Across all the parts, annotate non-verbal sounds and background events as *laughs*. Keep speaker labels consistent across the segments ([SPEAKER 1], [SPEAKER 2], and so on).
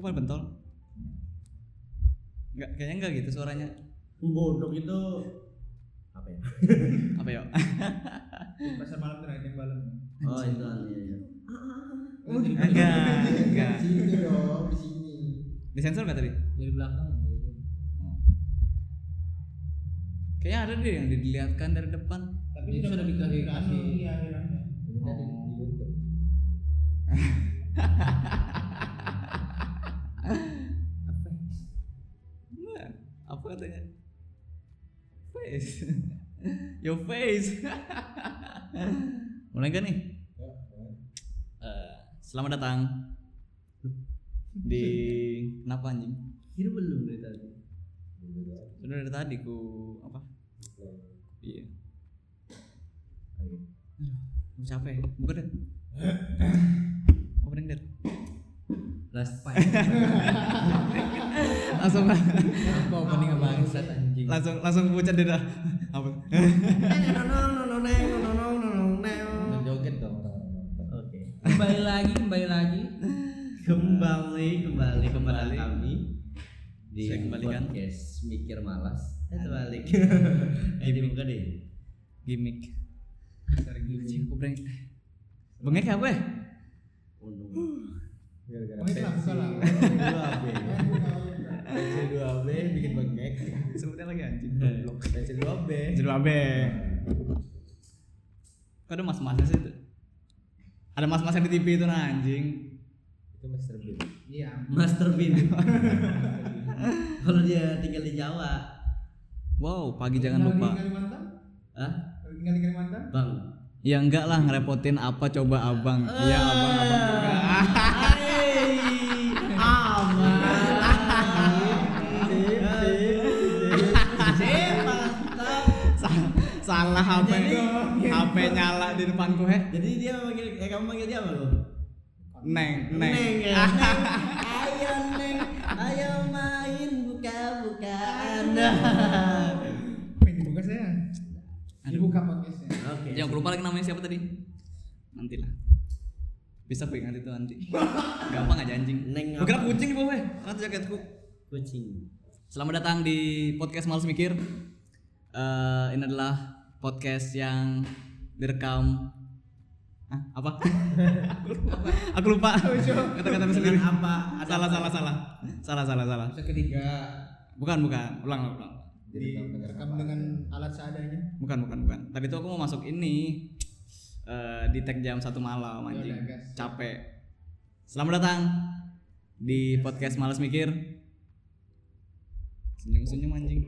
[SPEAKER 1] nggak bentol? Nggak, kayaknya nggak gitu suaranya.
[SPEAKER 2] Bondok itu apa ya?
[SPEAKER 1] *laughs* Apa ya? *laughs*
[SPEAKER 3] pasar malam terakhir yang malam
[SPEAKER 2] Oh itu iya iya.
[SPEAKER 1] Enggak, enggak.
[SPEAKER 4] Sini dong, di sini.
[SPEAKER 1] Disensor nggak tadi? Oh.
[SPEAKER 5] dari belakang
[SPEAKER 1] Kayaknya ada deh yang dilihatkan dari depan.
[SPEAKER 3] tapi
[SPEAKER 5] Itu sudah dikasih-
[SPEAKER 3] anu,
[SPEAKER 5] kasih.
[SPEAKER 3] iya akhirnya
[SPEAKER 4] Ini tadi di
[SPEAKER 1] Oh.
[SPEAKER 4] YouTube.
[SPEAKER 1] Apa? Nah, apa katanya? Face. Your face. Mulai nggak nih?
[SPEAKER 4] Ya, ya.
[SPEAKER 1] Eh, selamat datang di kenapa anjing?
[SPEAKER 2] Kira belum dari tadi.
[SPEAKER 4] Dulu doang.
[SPEAKER 1] Sudah dari tadi ku apa?
[SPEAKER 4] Play.
[SPEAKER 1] Iya.
[SPEAKER 4] Ayo.
[SPEAKER 1] Aku capek. Buka deh. Opening deh. *laughs*
[SPEAKER 5] last
[SPEAKER 1] Langsung
[SPEAKER 5] apa opening apa bangsat anjing
[SPEAKER 1] langsung langsung pucat deh dah. Apa?
[SPEAKER 5] Jangan joget dong
[SPEAKER 2] Oke.
[SPEAKER 5] kembali lagi kembali lagi
[SPEAKER 2] Kembali kembali kepada
[SPEAKER 1] Kembali.
[SPEAKER 2] kami di
[SPEAKER 1] Saya kembalikan.
[SPEAKER 2] podcast mikir malas. Eh terbalik. Eh dibuka deh.
[SPEAKER 1] Gimik.
[SPEAKER 3] pasar gini
[SPEAKER 1] Anjing, aku breng. Bengek ya gue?
[SPEAKER 2] Untung.
[SPEAKER 4] Gara-gara
[SPEAKER 3] oh itu lah buka lah
[SPEAKER 4] PC2AB. PC2AB bikin bengek.
[SPEAKER 1] Sebutnya lagi anjing.
[SPEAKER 4] PC2AB.
[SPEAKER 1] Jadi abe. Kok ada mas-masnya sih itu? Ada mas-mas yang di TV itu nah anjing.
[SPEAKER 4] Itu Master Beat.
[SPEAKER 3] iya
[SPEAKER 2] Master
[SPEAKER 4] *laughs*
[SPEAKER 2] Bean. Kalau dia tinggal di Jawa,
[SPEAKER 1] Wow, pagi jangan
[SPEAKER 3] Tinggal
[SPEAKER 1] lupa.
[SPEAKER 3] di Kalimantan
[SPEAKER 2] ah
[SPEAKER 3] tinggal di Kalimantan
[SPEAKER 2] bang.
[SPEAKER 1] Ya enggak lah ngerepotin apa coba abang. Iya abang abang juga. Sa- *laughs* Salah HP. HP nyala di depanku heh.
[SPEAKER 2] Jadi dia manggil, eh kamu manggil dia apa lu?
[SPEAKER 1] Neng, neng.
[SPEAKER 2] ya, neng. Ayo neng, ayo main buka-bukaan.
[SPEAKER 3] pengen dibuka saya
[SPEAKER 1] Aduh.
[SPEAKER 3] dibuka podcastnya
[SPEAKER 2] Oke.
[SPEAKER 1] Jangan Ya, lupa lagi namanya siapa tadi? Nantilah. Bisa gue ingat itu *laughs* nanti. Gampang aja anjing.
[SPEAKER 2] Neng
[SPEAKER 1] Gue kira
[SPEAKER 2] apa?
[SPEAKER 1] kucing di bawah. Karena jaketku.
[SPEAKER 2] Kucing.
[SPEAKER 1] Selamat datang di podcast Males Mikir. Eh, ini adalah podcast yang direkam Hah, apa? Aku lupa. Kata-kata sendiri.
[SPEAKER 2] Dengan apa?
[SPEAKER 1] Salah, salah, salah. Salah, salah, salah.
[SPEAKER 3] episode ketiga
[SPEAKER 1] Bukan, bukan. Ulang, ulang.
[SPEAKER 3] direkam dengan alat seadanya
[SPEAKER 1] Bukan, bukan, bukan. Tadi tuh aku mau masuk ini eh, di tag jam satu malam
[SPEAKER 3] Yaudah,
[SPEAKER 1] anjing.
[SPEAKER 3] gas.
[SPEAKER 1] Capek. Selamat datang di podcast Males Mikir. Senyum-senyum anjing.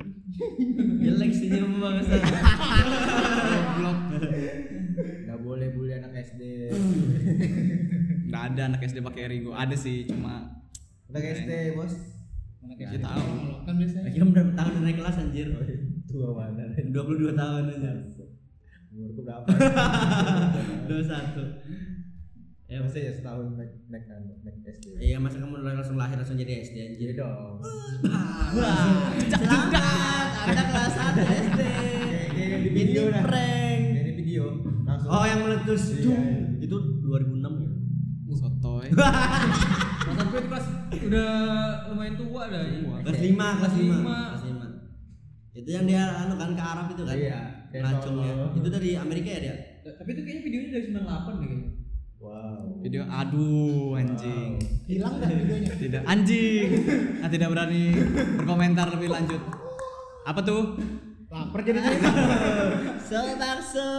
[SPEAKER 2] Jelek sih dia banget.
[SPEAKER 1] Goblok.
[SPEAKER 4] Enggak boleh bully anak SD.
[SPEAKER 1] Nggak ada anak SD pakai Erigo. Ada sih, cuma
[SPEAKER 4] Anak SD, Bos.
[SPEAKER 3] mana
[SPEAKER 1] Ya,
[SPEAKER 3] kita
[SPEAKER 1] tahu.
[SPEAKER 3] kan
[SPEAKER 5] Eh.
[SPEAKER 3] biasanya
[SPEAKER 2] Kira berapa tahun udah naik kelas anjir?
[SPEAKER 4] Oh, iya. Tua mana?
[SPEAKER 2] 22 tahun aja.
[SPEAKER 4] Umurku berapa?
[SPEAKER 3] *laughs*
[SPEAKER 2] 21.
[SPEAKER 4] Ya masa ya setahun naik naik naik- naik SD.
[SPEAKER 2] Iya, masa kamu langsung lahir langsung jadi SD
[SPEAKER 4] Jadi
[SPEAKER 2] anjir?
[SPEAKER 4] Iya dong.
[SPEAKER 2] Selamat, Anda kelas 1 SD.
[SPEAKER 4] Kayak kayak di
[SPEAKER 2] Ini
[SPEAKER 4] video dah.
[SPEAKER 2] prank.
[SPEAKER 4] Kayak di video langsung.
[SPEAKER 2] Oh, yang meletus.
[SPEAKER 4] Iya,
[SPEAKER 2] Jum.
[SPEAKER 4] iya.
[SPEAKER 2] Itu 2006 ya.
[SPEAKER 1] sotoy.
[SPEAKER 5] Perasaan gue itu kelas udah lumayan tua dah ya.
[SPEAKER 3] iya.
[SPEAKER 2] Kelas 5, kelas 5.
[SPEAKER 5] Lima.
[SPEAKER 2] Kelas 5. Itu yang dia anu kan ke Arab itu kan?
[SPEAKER 4] Iya, kayak
[SPEAKER 2] Ngacungnya.
[SPEAKER 4] tolol.
[SPEAKER 2] Itu dari Amerika ya dia?
[SPEAKER 4] *laughs*
[SPEAKER 5] tapi itu kayaknya videonya dari 98 deh kayaknya
[SPEAKER 4] Wow.
[SPEAKER 1] Video aduh anjing.
[SPEAKER 3] hilang dah videonya
[SPEAKER 1] Tidak anjing. Ah, tidak berani berkomentar lebih lanjut. Apa tuh?
[SPEAKER 3] lapar jadinya
[SPEAKER 2] So bakso.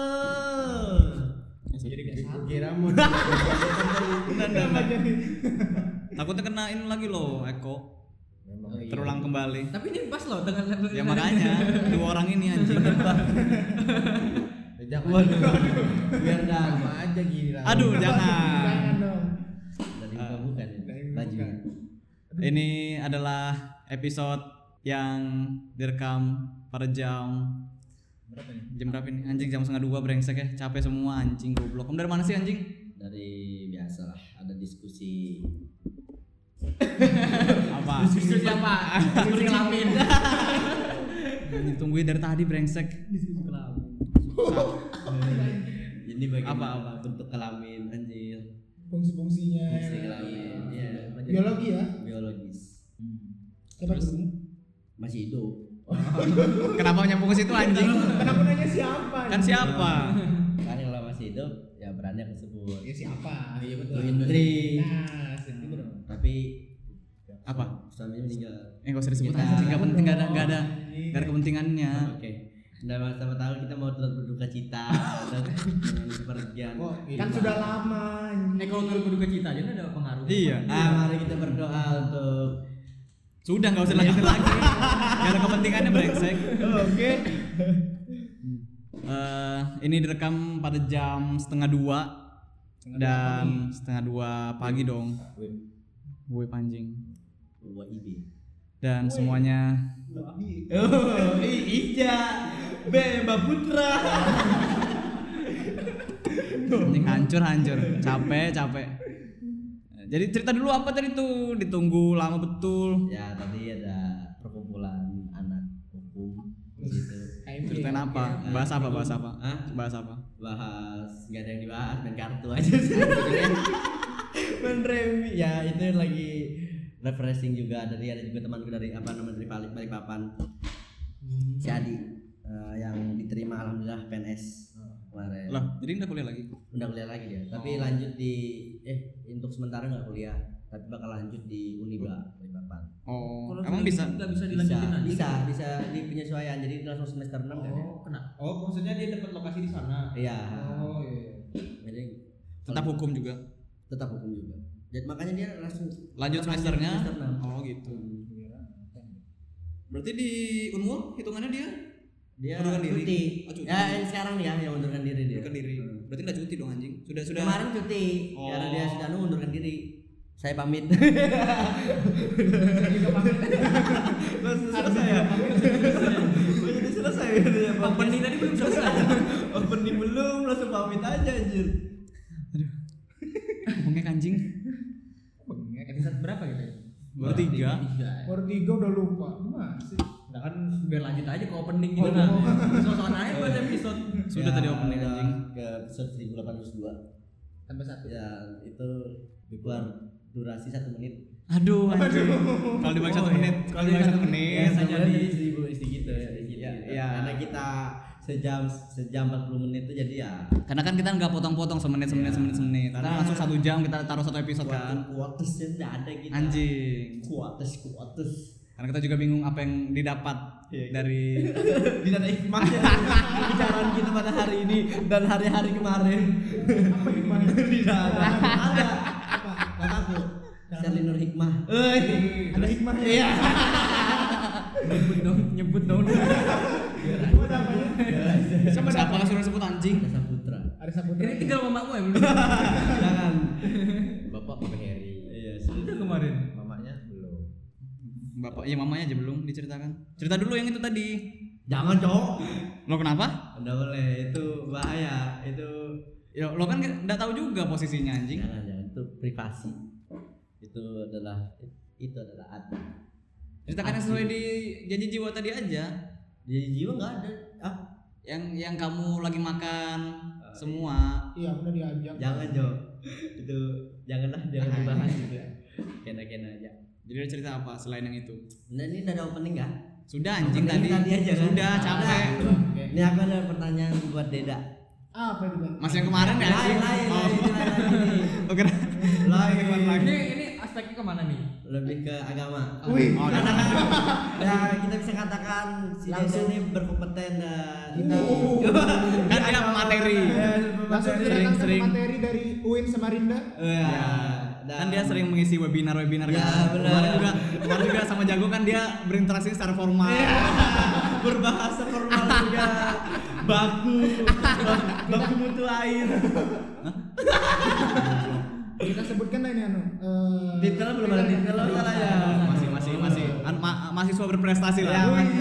[SPEAKER 4] Jadi kira mau Benar
[SPEAKER 1] Takutnya kenain lagi loh Eko.
[SPEAKER 4] Memang Oh, iya.
[SPEAKER 1] Terulang kembali.
[SPEAKER 5] tapi ini pas loh dengan level
[SPEAKER 1] Ya makanya dua orang ini anjing.
[SPEAKER 4] Ejak waduh.
[SPEAKER 2] Eh, Biar dah.
[SPEAKER 4] Sama aja gila.
[SPEAKER 1] Aduh jangan.
[SPEAKER 3] jangan dong
[SPEAKER 2] Dari muka bukan. ya?
[SPEAKER 3] Dari muka.
[SPEAKER 2] Bajunya.
[SPEAKER 1] Ini adalah episode yang direkam pada jam
[SPEAKER 3] berapa nih
[SPEAKER 1] jam berapa ini? Anjing jam setengah dua brengsek ya. Capek semua anjing goblok. Kamu dari mana sih anjing?
[SPEAKER 2] Dari biasalah ada diskusi.
[SPEAKER 1] Apa?
[SPEAKER 5] justru siapa justru kelamin
[SPEAKER 1] *laughs* Anjing, Tungguin dari tadi brengsek.
[SPEAKER 5] Justru kelamin
[SPEAKER 2] Ini bagian
[SPEAKER 1] Apa,
[SPEAKER 2] apa bentuk kelamin anjir.
[SPEAKER 3] fungsi-fungsinya
[SPEAKER 5] Eh,
[SPEAKER 2] Fungsi kelamin. Iya.
[SPEAKER 3] biologi ya
[SPEAKER 2] biologi.
[SPEAKER 3] Coba
[SPEAKER 1] Terus?
[SPEAKER 3] ketemu.
[SPEAKER 2] masih hidup
[SPEAKER 1] Kenapa nyambung ke situ anjing?
[SPEAKER 3] Kenapa nanya siapa?
[SPEAKER 1] Kan siapa?
[SPEAKER 2] kan kalau masih hidup ya berani aku sebut
[SPEAKER 3] Ya siapa?
[SPEAKER 5] Iya, betul.
[SPEAKER 2] Indri
[SPEAKER 3] Nah, sedih bro.
[SPEAKER 2] tapi
[SPEAKER 1] Apa?
[SPEAKER 2] suami meninggal
[SPEAKER 1] Eh, gak usah disebut
[SPEAKER 2] Kita-
[SPEAKER 1] anjing, nggak penting, nggak ada, nggak ada,
[SPEAKER 3] Anjing.
[SPEAKER 1] nggak ada kepentingannya.
[SPEAKER 2] oke Nah, sama tahu kita mau turut berduka cita dan- dengan kepergian.
[SPEAKER 3] Kan sudah lama.
[SPEAKER 5] Eh kalau turut berduka cita jadi ada pengaruh.
[SPEAKER 1] Iya.
[SPEAKER 2] Ah, mari kita berdoa untuk
[SPEAKER 1] Sudah, nggak usah lanjutin
[SPEAKER 2] Iya.
[SPEAKER 1] lagi. Gak ada kepentingannya, brengsek. Oke. Eh, ini direkam pada jam setengah dua dan setengah dua pagi dong. Gue panjing
[SPEAKER 2] WIB.
[SPEAKER 1] dan semuanya.
[SPEAKER 2] Oh, Ija, Bema Putra.
[SPEAKER 1] Anjing hancur hancur, capek capek. Jadi cerita dulu apa tadi tuh ditunggu lama betul.
[SPEAKER 2] Ya, tadi ada perkumpulan anak hukum di
[SPEAKER 5] Gitu.
[SPEAKER 2] situ
[SPEAKER 1] Ceritain
[SPEAKER 5] ya,
[SPEAKER 1] apa? Bahas apa? Bahas apa?
[SPEAKER 2] Hah?
[SPEAKER 1] Bahas apa?
[SPEAKER 2] bahas nggak ada yang dibahas main kartu aja sih. *laughs* main remi ya itu lagi refreshing juga dari ada juga temanku dari apa namanya dari balik balik papan si Adi eh, yang diterima alhamdulillah PNS kemarin
[SPEAKER 1] Lah, jadi nggak kuliah lagi?
[SPEAKER 2] udah kuliah lagi ya tapi lanjut di eh untuk sementara nggak kuliah tapi bakal lanjut di Uniba balik papan
[SPEAKER 1] Oh,
[SPEAKER 5] Kalau
[SPEAKER 1] emang
[SPEAKER 5] sudah
[SPEAKER 1] bisa? kan?
[SPEAKER 5] nggak bisa
[SPEAKER 2] bisa
[SPEAKER 5] dilanjutin lagi.
[SPEAKER 2] bisa bisa di penyesuaian jadi langsung semester 6 kan ya
[SPEAKER 5] Oh, kenapa? Oh, maksudnya dia dapat lokasi di sana.
[SPEAKER 2] iya
[SPEAKER 5] Oh, iya.
[SPEAKER 2] jadi
[SPEAKER 1] Tetap hukum juga.
[SPEAKER 2] tetap hukum juga jadi makanya dia langsung
[SPEAKER 1] Lanjut semesternya.
[SPEAKER 2] semester enam.
[SPEAKER 1] Oh gitu. Berarti di Unmul hitungannya dia
[SPEAKER 2] dia
[SPEAKER 1] Mundurkan diri.
[SPEAKER 2] cuti
[SPEAKER 1] Oh, cuti.
[SPEAKER 2] ya yang sekarang ya yang mundurkan diri dia Hmm.
[SPEAKER 1] bukan diri. Berarti nggak cuti dong anjing. Sudah sudah.
[SPEAKER 2] kemarin cuti
[SPEAKER 1] Oh.
[SPEAKER 2] karena dia sudah mundurkan diri saya pamit *laughs*
[SPEAKER 1] selesai ya.
[SPEAKER 2] Oh, jadi selesai ya
[SPEAKER 5] Opening tadi belum selesai.
[SPEAKER 2] *laughs* opening belum langsung pamit aja anjir
[SPEAKER 1] Aduh. Bengek anjing.
[SPEAKER 5] Episode berapa gitu? ya?
[SPEAKER 1] Baru tiga.
[SPEAKER 5] Tiga. ya.
[SPEAKER 3] Baru tiga udah lupa. Masih.
[SPEAKER 5] Nah kan *laughs* biar lanjut aja ke opening gitu
[SPEAKER 3] Oh,
[SPEAKER 5] kan.
[SPEAKER 3] oh.
[SPEAKER 5] Sosokan aja buat episode.
[SPEAKER 1] Sudah tadi opening anjing.
[SPEAKER 2] Ya, ke episode 1802
[SPEAKER 5] Tambah satu.
[SPEAKER 2] ya itu keluar durasi satu menit
[SPEAKER 1] Aduh anjing. Iya, Kalau dibagi satu menit, kalau dibagi satu menit.
[SPEAKER 2] sama
[SPEAKER 5] saja di-
[SPEAKER 2] di seribu isi gitu ya, di gitu.
[SPEAKER 1] Ya, ya.
[SPEAKER 2] karena kita sejam sejam 40 menit itu jadi ya
[SPEAKER 1] Karena kan kita nggak potong-potong semenit semenit semenit semenit. Iya. Kita
[SPEAKER 2] Karena-
[SPEAKER 1] langsung satu jam kita taruh satu episode kan.
[SPEAKER 2] kuotusnya nggak ada gitu
[SPEAKER 1] Anjing.
[SPEAKER 2] kuotus kuotus
[SPEAKER 1] Karena kita juga bingung apa yang didapat dari *laughs*
[SPEAKER 2] di dana
[SPEAKER 1] ya.
[SPEAKER 2] hikmahnya pembicaraan kita pada hari ini dan hari-hari kemarin
[SPEAKER 3] Apa gimana?
[SPEAKER 2] tidak ada ada kataku Sherlinur hikmah eh ada hikmahnya
[SPEAKER 1] Iya.
[SPEAKER 2] ya
[SPEAKER 5] Nyebut dong, nyebut dong.
[SPEAKER 3] Gua namanya.
[SPEAKER 1] siapa yang suruh sebut anjing?
[SPEAKER 2] Desa Putra
[SPEAKER 3] Ada sabun.
[SPEAKER 5] Ini tinggal sama emakmu ya belum.
[SPEAKER 2] jangan
[SPEAKER 4] Bapak Bapak Heri.
[SPEAKER 2] iya sih
[SPEAKER 5] Udah kemarin.
[SPEAKER 4] Mamanya belum.
[SPEAKER 1] Bapak, iya mamanya aja belum diceritakan. Cerita dulu yang itu tadi.
[SPEAKER 2] jangan cowok
[SPEAKER 1] Lo kenapa?
[SPEAKER 2] Nggak boleh itu bahaya itu
[SPEAKER 1] Ya, lo kan nggak tahu juga posisinya anjing.
[SPEAKER 2] jangan jangan itu privasi itu adalah itu adalah hati
[SPEAKER 1] Ceritakan yang sesuai di janji jiwa tadi aja.
[SPEAKER 2] jadi jiwa nggak ada ah
[SPEAKER 1] Yang yang kamu lagi makan semua.
[SPEAKER 3] Iya, udah diajak.
[SPEAKER 2] jangan Jo itu janganlah jangan dibahas gitu kena-kena aja
[SPEAKER 1] Jadi ada cerita apa selain yang itu?
[SPEAKER 2] nah ini udah ada opening nggak
[SPEAKER 1] Sudah anjing
[SPEAKER 2] Opening
[SPEAKER 1] tadi.
[SPEAKER 2] tadi aja kan?
[SPEAKER 1] Sudah
[SPEAKER 2] Ada.
[SPEAKER 1] capek.
[SPEAKER 2] ini aku ada pertanyaan buat Deda
[SPEAKER 3] Apa itu? Bang?
[SPEAKER 1] Mas yang kemarin ya?
[SPEAKER 2] lain
[SPEAKER 1] anjing?
[SPEAKER 2] lain
[SPEAKER 1] Oh.
[SPEAKER 2] lain, lain,
[SPEAKER 1] Oke.
[SPEAKER 2] lain lain
[SPEAKER 5] Ini ini aspeknya kemana nih?
[SPEAKER 2] lebih ke agama
[SPEAKER 3] Wih.
[SPEAKER 2] *laughs*
[SPEAKER 1] Oh,
[SPEAKER 2] karena kan ya kita bisa katakan si Deda ini berkompeten dan
[SPEAKER 3] Oh.
[SPEAKER 5] *laughs*
[SPEAKER 1] kan ada materi.
[SPEAKER 3] Langsung
[SPEAKER 1] Sering,
[SPEAKER 3] didatangkan ke
[SPEAKER 1] sering.
[SPEAKER 3] materi dari UIN Samarinda.
[SPEAKER 2] ya, Oh, iya. dan-
[SPEAKER 1] Iya. Kan dia sering mengisi webinar-webinar
[SPEAKER 2] Ya,
[SPEAKER 1] kan.
[SPEAKER 2] benar.
[SPEAKER 1] Kemarin juga kemarin juga sama Jago kan dia berinteraksi secara formal.
[SPEAKER 2] Iya. berbahasa formal juga baku baku mutu air
[SPEAKER 3] Kita sebutkan lah ini anu. eh,
[SPEAKER 2] detail belum ada detail lo salah ya
[SPEAKER 1] Masih masih masih an- ma- mahasiswa berprestasi
[SPEAKER 2] Ya,
[SPEAKER 1] lah.
[SPEAKER 2] masih.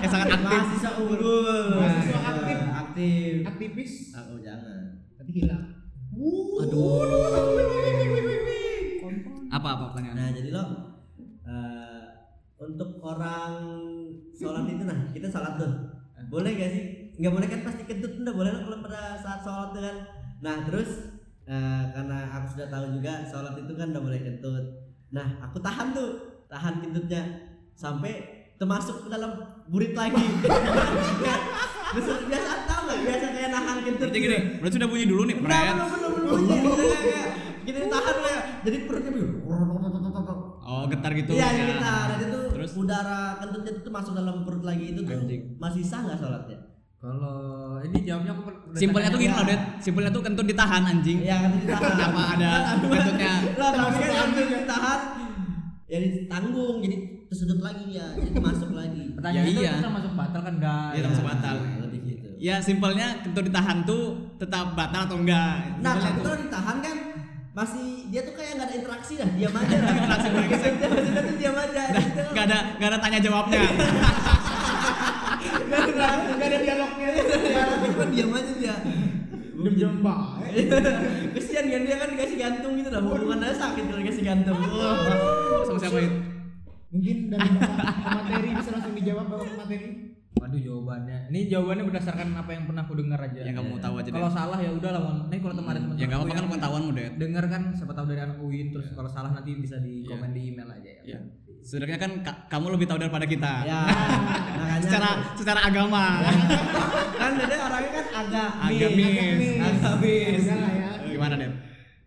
[SPEAKER 1] Ya sangat aktif.
[SPEAKER 2] mahasiswa unggul
[SPEAKER 3] Mahasiswa aktif.
[SPEAKER 2] aktif
[SPEAKER 3] Aktivis.
[SPEAKER 2] aku jangan
[SPEAKER 3] Tapi hilang.
[SPEAKER 1] Aduh. Apa apa pertanyaan?
[SPEAKER 2] nah jadi lo eh, untuk orang sholat itu nah kita sholat tuh boleh gak sih nggak boleh kan pasti kentut nggak boleh lo kalau pada saat sholat tuh kan nah terus eh, karena aku sudah tahu juga sholat itu kan nggak boleh kentut nah aku tahan tuh tahan kentutnya sampai termasuk ke dalam burit lagi *laughs* biasa tahu nggak biasa kayak nahan kentut
[SPEAKER 1] Berarti gini, berarti udah bunyi dulu nih,
[SPEAKER 2] Enggak,
[SPEAKER 1] pret.
[SPEAKER 2] belum, belum, Gitu, belum, belum. Kayak- kayak- Kita ditahan kayak jadi perutnya begini.
[SPEAKER 1] Oh, getar gitu.
[SPEAKER 2] Iya,
[SPEAKER 1] Ya.
[SPEAKER 2] jadi kita dan itu
[SPEAKER 1] Terus
[SPEAKER 2] udara kentutnya itu masuk dalam perut lagi itu tuh
[SPEAKER 1] Anjing.
[SPEAKER 2] masih sah nggak sholatnya?
[SPEAKER 5] Kalau ini jawabnya aku per- udah
[SPEAKER 1] simpelnya
[SPEAKER 5] tanya
[SPEAKER 1] tuh gini
[SPEAKER 5] ya.
[SPEAKER 1] loh, Det. Simpelnya tuh kentut ditahan anjing.
[SPEAKER 2] Iya, kentut ditahan.
[SPEAKER 1] *laughs* Kenapa ada kentutnya?
[SPEAKER 2] kan- Lah, tapi
[SPEAKER 3] Termasuk
[SPEAKER 2] kan
[SPEAKER 3] anjing
[SPEAKER 2] kentut
[SPEAKER 3] ya.
[SPEAKER 2] ditahan. Ya ditanggung, jadi tersedot lagi ya, jadi masuk *laughs* lagi.
[SPEAKER 5] Pertanyaan
[SPEAKER 1] Ya
[SPEAKER 5] itu
[SPEAKER 1] iya.
[SPEAKER 5] kita masuk batal kan enggak?
[SPEAKER 1] Iya, langsung batal.
[SPEAKER 2] Lebih gitu.
[SPEAKER 1] Ya simpelnya kentut ditahan tuh tetap batal atau enggak.
[SPEAKER 2] Nah,
[SPEAKER 1] Simpelnya
[SPEAKER 2] kalau
[SPEAKER 1] tuh.
[SPEAKER 2] kalau ditahan kan masih dia tuh kayak nggak ada interaksi dah, diam aja. lah.
[SPEAKER 1] Interaksi bergesek.
[SPEAKER 2] Maksudnya tuh diam aja. gitu.
[SPEAKER 1] Gak ada gak ada tanya jawabnya.
[SPEAKER 2] Nggak ada interaksi, nggak ada dialognya. Cuma Iya, kan diam aja dia.
[SPEAKER 3] Udah jam baik.
[SPEAKER 2] *laughs* Kesian kan dia kan dikasih gantung gitu dah hubungan aja sakit kalau dikasih gantung. Oh.
[SPEAKER 1] Sama siapa itu?
[SPEAKER 3] Mungkin
[SPEAKER 1] *laughs*
[SPEAKER 3] dari Bapak pemateri bisa langsung dijawab Bapak pemateri.
[SPEAKER 5] Waduh jawabannya. Ini jawabannya berdasarkan apa yang pernah aku dengar aja.
[SPEAKER 1] Yang Ya, kamu tahu aja, Det.
[SPEAKER 5] Ya, Kalau salah ya udah lah, Mon. Nih kalau teman ada teman.
[SPEAKER 1] Ya enggak apa-apa Ya. kan pengetahuan mu, Det.
[SPEAKER 5] Dengar kan siapa tahu dari anak UIN terus kalau salah nanti bisa di komen di email aja ya.
[SPEAKER 1] Ya. Sebenarnya kan ka- kamu lebih tahu daripada kita.
[SPEAKER 2] Ya, makanya
[SPEAKER 1] Secara secara agama.
[SPEAKER 2] *laughs* kan dede orangnya kan agak
[SPEAKER 1] Agak
[SPEAKER 2] mie.
[SPEAKER 1] miss.
[SPEAKER 2] Agak
[SPEAKER 1] *laughs*
[SPEAKER 2] bis.
[SPEAKER 3] Udah lah ya.
[SPEAKER 1] Gimana, Det?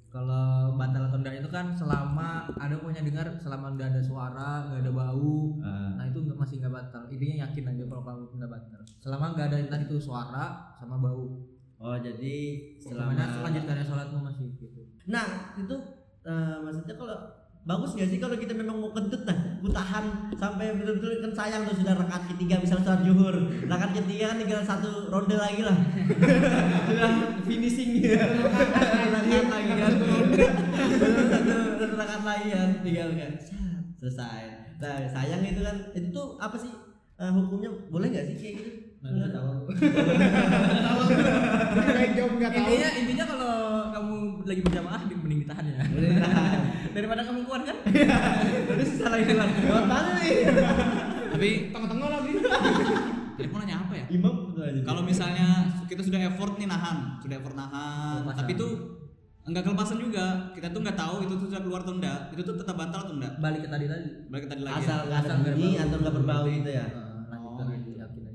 [SPEAKER 5] Kalau batal atau enggak itu kan selama ada punya dengar selama nggak ada suara nggak ada bau
[SPEAKER 2] Ah.
[SPEAKER 5] nah itu nggak masih nggak batal intinya yakin aja kalau kamu nggak batal selama nggak ada yang tadi itu suara sama bau
[SPEAKER 2] Oh, jadi
[SPEAKER 5] selama
[SPEAKER 2] selama
[SPEAKER 5] lanjutkannya sholatmu masih gitu
[SPEAKER 3] *laughs*
[SPEAKER 2] Nah, itu eh, maksudnya kalau bagus gak sih kalau kita memang mau kentut nah gua tahan sampai betul-betul kan sayang tuh sudah rakaat ketiga misal sholat zuhur rakaat ketiga kan tinggal satu ronde lagi lah sudah finishing ya rakaat lagi kan Betul, satu satu rakaat lagi kan tinggal kan Sat, selesai nah sayang itu kan itu tuh apa sih eh, hukumnya boleh nggak sih kayak gitu
[SPEAKER 5] Nggak tahu.
[SPEAKER 3] Yang lain jawab enggak tahu.
[SPEAKER 5] intinya intinya kalau kamu lagi berjamaah mending ditahan ya *laughs* daripada kamu keluar kan terus salah itu kan
[SPEAKER 2] Batal nih
[SPEAKER 1] Tapi
[SPEAKER 3] Tengah-tengah lagi.
[SPEAKER 1] *laughs* tadi mau nanya apa ya?
[SPEAKER 2] imam betul aja
[SPEAKER 1] Kalau misalnya kita sudah effort nih nahan, sudah effort nahan,
[SPEAKER 5] Kelepasan.
[SPEAKER 1] tapi itu enggak kelepasan juga. Kita tuh nggak tahu itu tuh sudah keluar atau enggak. Itu tuh tetap batal atau enggak.
[SPEAKER 5] balik ke tadi tadi
[SPEAKER 1] Balik tadi lagi.
[SPEAKER 2] asal
[SPEAKER 1] ya.
[SPEAKER 2] nggak ada bunyi atau nggak berbau
[SPEAKER 5] Iya,
[SPEAKER 2] gitu ya
[SPEAKER 5] lanjutkan aja, nah, yakin aja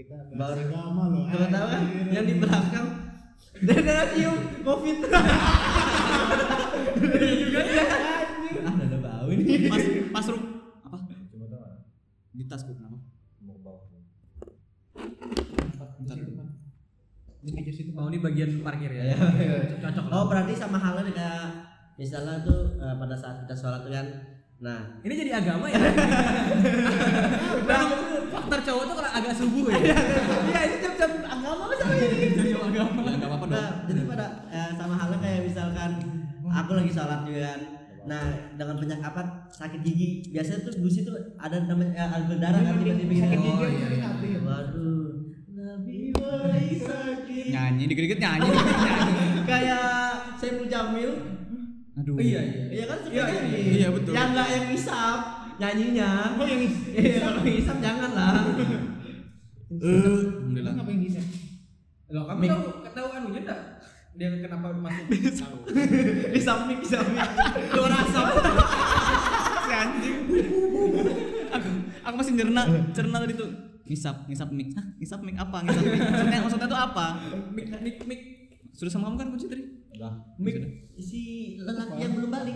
[SPEAKER 3] Kita
[SPEAKER 2] Baru-
[SPEAKER 3] bahas agama loh.
[SPEAKER 2] coba tahu kan
[SPEAKER 3] anjir.
[SPEAKER 2] yang di belakang dan ada cium covid Iya juga ya ah ada bau ini
[SPEAKER 1] Mas, Mas Ruk, apa?
[SPEAKER 4] Cuma tau nggak?
[SPEAKER 1] Di tasku kenapa?
[SPEAKER 4] Mau ke bawah.
[SPEAKER 1] Bentar.
[SPEAKER 5] mau Oh, ini bagian parkir
[SPEAKER 1] Iya. *laughs*
[SPEAKER 5] ya cocok lah
[SPEAKER 2] oh berarti sama halnya kayak misalnya tuh eh, pada saat kita sholat tuh kan nah
[SPEAKER 5] Ini jadi agama
[SPEAKER 1] *laughs*
[SPEAKER 5] ya? Nah, faktor cowok tuh kalau agak subuh ya?
[SPEAKER 2] iya itu jam-jam agama sama ini
[SPEAKER 5] jadi agama
[SPEAKER 1] Ya, nggak apa-apa dong.
[SPEAKER 2] Nah, jadi pada eh, sama halnya kayak misalkan aku lagi sholat juga kan. Nah, dengan penyakit apa sakit gigi biasanya tuh gusi tuh ada namanya eh, ada berdarah kan tiba-tiba gitu.
[SPEAKER 3] Sakit gigi
[SPEAKER 5] Oh,
[SPEAKER 3] atau
[SPEAKER 5] iya,
[SPEAKER 3] sakit
[SPEAKER 5] iya.
[SPEAKER 3] hati ya?
[SPEAKER 2] Waduh. Nabi wahai sakit.
[SPEAKER 1] Nyanyi dikit-dikit nyanyi, dikit-dikit nyanyi.
[SPEAKER 2] Kayak Saiful Jamil.
[SPEAKER 1] Aduh.
[SPEAKER 5] Iya, iya.
[SPEAKER 2] Iya kan suka
[SPEAKER 5] Iya, iya,
[SPEAKER 2] nyanyi.
[SPEAKER 1] iya, betul.
[SPEAKER 2] Yang enggak yang isap nyanyinya.
[SPEAKER 3] Oh, yang is-
[SPEAKER 2] Iya, kalau isap jangan lah.
[SPEAKER 1] Eh, alhamdulillah.
[SPEAKER 3] Ngapain bisa?
[SPEAKER 5] Loh, kamu tahu tahu anunya enggak? Dia kenapa
[SPEAKER 2] *laughs*
[SPEAKER 5] masuk? Tahu.
[SPEAKER 2] Isap mik, isap mik. Keluar asap.
[SPEAKER 1] Si anjing. aku, aku masih cerna, cerna tadi tuh. Ngisap, ngisap mic. Hah, ngisap mic apa? Ngisap mic. Maksudnya maksudnya tuh apa?
[SPEAKER 5] Mik mik mik.
[SPEAKER 1] Sudah sama kamu kan kunci tadi?
[SPEAKER 4] Udah.
[SPEAKER 5] Mik.
[SPEAKER 1] Sudah.
[SPEAKER 2] Si lelaki yang belum balik.